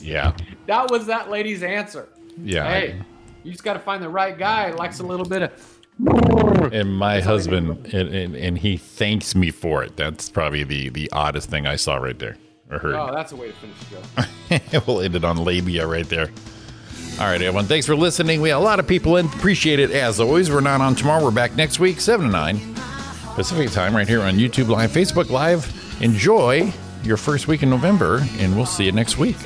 Yeah.
That was that lady's answer.
Yeah.
Hey, you just got to find the right guy. Likes a little bit of.
and my husband and, and, and he thanks me for it that's probably the the oddest thing i saw right there or heard
Oh, that's a way to finish the show.
we'll end it on labia right there all right everyone thanks for listening we had a lot of people in appreciate it as always we're not on tomorrow we're back next week 7 to 9 pacific time right here on youtube live facebook live enjoy your first week in november and we'll see you next week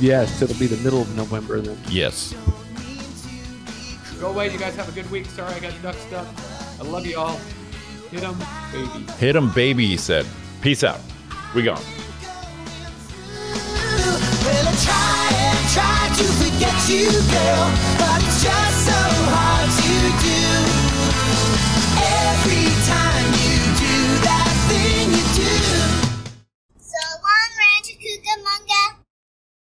Yes, it'll be the middle of November then.
yes
Go away. You guys have a good week. Sorry, I got duck stuff. I love you all. Hit 'em, baby.
hit him baby he said peace out we gone
Well, I try and try to forget you, girl, but